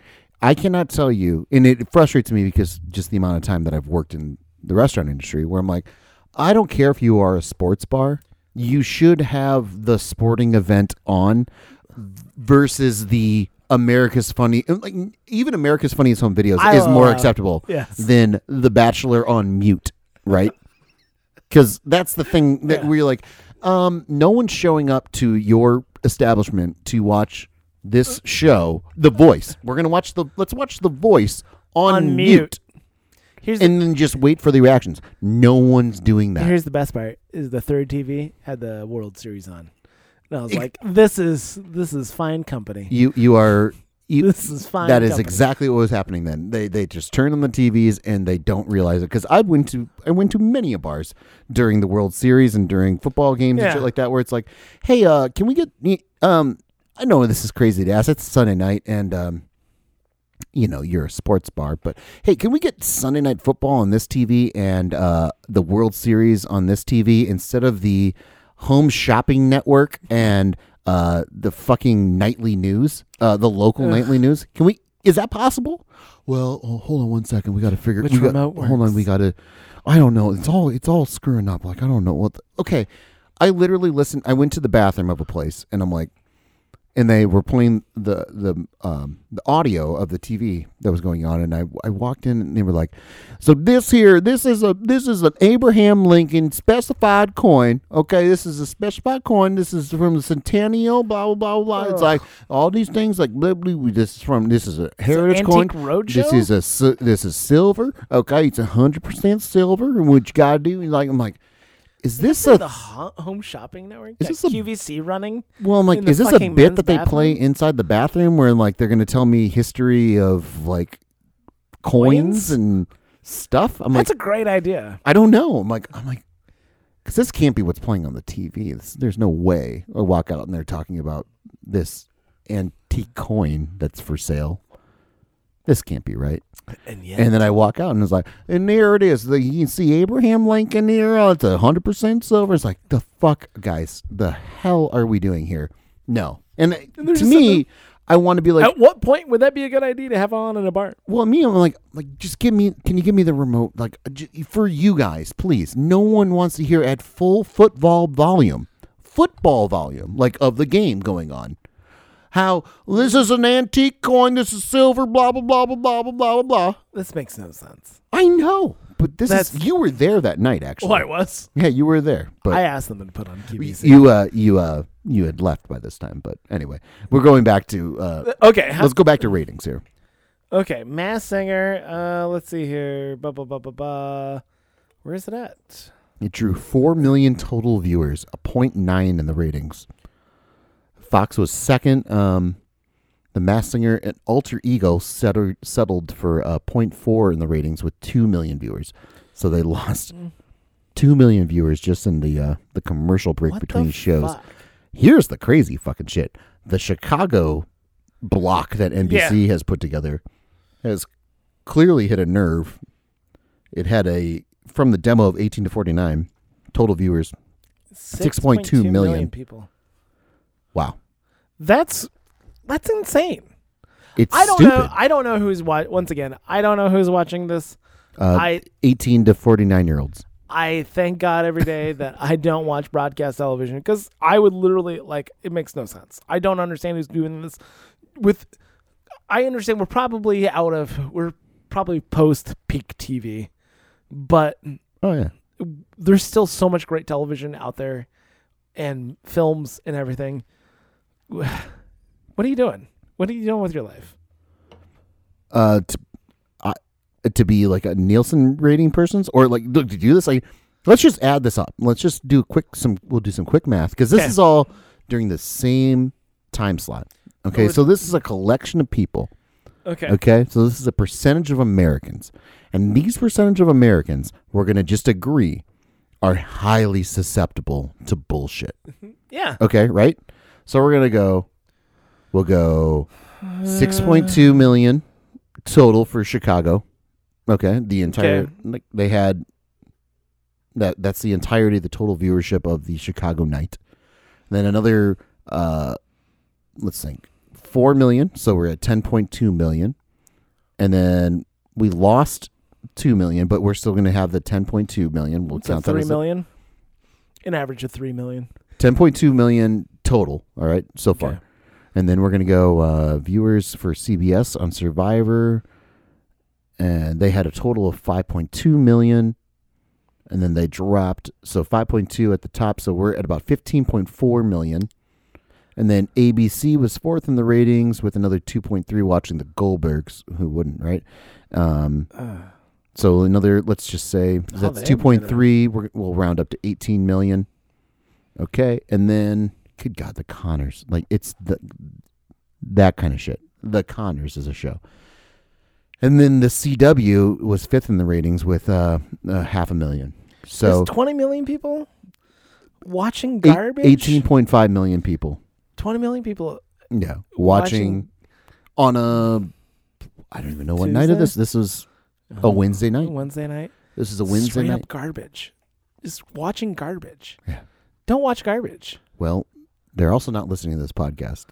I cannot tell you and it frustrates me because just the amount of time that I've worked in the restaurant industry where I'm like I don't care if you are a sports bar. You should have the sporting event on versus the America's funny like even America's funniest home videos
I
is more
love-
acceptable
Yes.
[LAUGHS] than The Bachelor on mute, right? Because that's the thing that
Yeah.
we're like, um, no one's showing up to your establishment to watch
Uh,
this show, The Voice. We're gonna watch the let's watch The Voice on,
On mute.
mute,
Here's the,
and then just wait for the reactions. No one's doing that.
here's the best part: is the third TV had the World Series on, and I was like, "This is this is fine company.
You you are you.
This is fine."
That is
company.
exactly what was happening then. They they just turned on the TVs and they don't realize it because I went to I went to many a bars during the World Series and during football games and
Yeah.
shit like that where it's like, hey, uh, can we get um I know this is crazy to ask. It's Sunday night and um you know you're a sports bar, but hey, can we get Sunday night football on this TV and uh the World Series on this TV instead of the home shopping network and uh the fucking nightly news, uh the local nightly news? Can we? Is that possible? Well, oh, hold on one second. We got to figure.
Which
we got-
remote
Hold on,
works?
we got to. I don't know. It's all it's all screwing up. Like I don't know what. The, okay, I literally listened. I went to the bathroom of a place, and I'm like, and they were playing the the um, the audio of the TV that was going on, and I I walked in and they were like, so this here this is a this is an Abraham Lincoln specified coin. Okay, this is a specified coin. This is from the centennial. Blah blah blah blah. It's like all these things like blah blah. blah. This is from this is a heritage coin.
Antique Roadshow.
This is a si- this is silver. Okay, it's hundred percent silver. And what you gotta do, like I'm like, is this [LAUGHS]
the
a
ho- Home Shopping Network. Got
Is this a-
QVC running?
well? I'm like,
in the
is this a
fucking
bit
men's
that they play inside the bathroom where like they're gonna tell me history of like coins,
Coins?
and stuff? I'm like,
That's a great idea.
I don't know. I'm like, I'm like, because this can't be what's playing on the TV. This, there's no way I walk out and they're talking about this antique coin that's for sale. This can't be right.
And yeah,
And then I walk out and it's like, and there it is. The, you can see Abraham Lincoln here. Oh, it's hundred percent silver. It's like the fuck, guys. The hell are we doing here? No. And,
there's just
to me, I want to be like,
at what point would that be a good idea to have on in a bar?
well, me, I'm like, like, just give me. Can you give me the remote? Like, j- for you guys, please. No one wants to hear at full football volume, football volume, like of the game going on. How this is an antique coin. This is silver. Blah blah blah blah blah blah blah blah.
This makes no sense.
I know, but this is
That's-
you were there that night actually.
Well, I was.
Yeah, you were there, but
I asked them to put on QVC.
you uh you uh you had left by this time. But anyway, we're going back to uh
okay, how,
let's go back to ratings here.
okay. Mass Singer. Uh, let's see here. Ba ba ba ba ba. Where is it at?
It drew four million total viewers, a point nine in the ratings. Fox was second. Um, the Mass Singer and Alter Ego settled settled for a point four in the ratings with two million viewers, so they [LAUGHS] lost
Mm.
two million viewers just in the uh, the commercial break
What the
between shows.
fuck?
Here's the crazy fucking shit. The Chicago block that NBC has put together has clearly hit a nerve. It had a from the demo of 18 to 49 total viewers. 6.2 million.
people.
Wow.
That's that's insane.
It's
I don't
stupid.
know. I don't know who's wa- once again. I don't know who's watching this.
Uh,
I
18 to 49 year olds.
I thank God every day that I don't watch broadcast television because I would literally like it makes no sense. I don't understand who's doing this. With I understand we're probably out of we're probably post peak TV, but
Oh yeah.
there's still so much great television out there and films and everything. What are you doing? What are you doing with your life?
Uh to, I, to be like a Nielsen rating persons or like look to do this like let's just add this up. Let's just do a quick some we'll do some quick math cuz this
Okay.
is all during the same time slot. Okay?
would-
So this is a collection of people
Okay.
Okay, so this is a percentage of Americans, and these percentage of Americans, we're gonna just agree, are highly susceptible to bullshit.
[LAUGHS] Yeah.
Okay, right? So we're gonna go, we'll go, six point two million total for Chicago. Okay, the entire
Okay.
like they had That that's the entirety of the total viewership of the Chicago night. Then another uh let's think 4 million, so we're at 10.2 million. And then we lost 2 million, but we're still going to have the 10.2 million. We'll
It's a
count that
three
as a-
million. An average of three million.
10.2 million total, all right, so far.
Okay.
And then we're going to go uh, viewers for CBS on Survivor. And they had a total of 5.2 million. And then they dropped. So 5.2 at the top. So we're at about 15.4 million. And then ABC was fourth in the ratings with another 2.3 watching the Goldbergs, who wouldn't, right? Um,
Uh,
so another, let's just say that's
Oh, they
two
have
point three. We're, we'll round up to eighteen million. Okay, and then good God, the Connors. Like it's the that kind of shit. The Connors is a show. And then the CW was fifth in the ratings with uh, uh half a million. So
There's 20 million people watching
eight-
garbage.
18.5 million people.
20 million people.
Yeah, watching, on a I don't even know what night of
Tuesday?
this. This was a Wednesday night.
Wednesday night.
This is a Wednesday
Straight
night.
up garbage. Just watching garbage.
Yeah.
Don't watch garbage.
Well, they're also not listening to
[SIGHS]
this podcast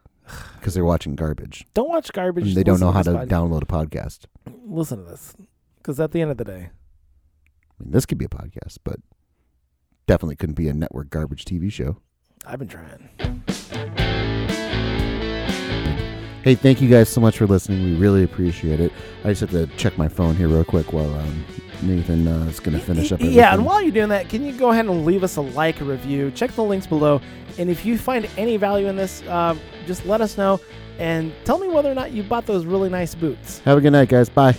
because they're watching garbage.
Don't watch garbage.
And they don't
Listen
know how to
this pod-
download a podcast.
listen to this. Because at the end of the day,
I mean, this could be a podcast, but definitely couldn't be a network garbage TV show.
I've been trying.
Hey, thank you guys so much for listening. We really appreciate it. I just have to check my phone here real quick while um, Nathan uh, is going to finish up.
Yeah, and
everything.
while you're doing that, can you go ahead and leave us a like, a review? Check the links below. And if you find any value in this, uh, just let us know and tell me whether or not you bought those really nice boots.
Have a good night, guys. Bye.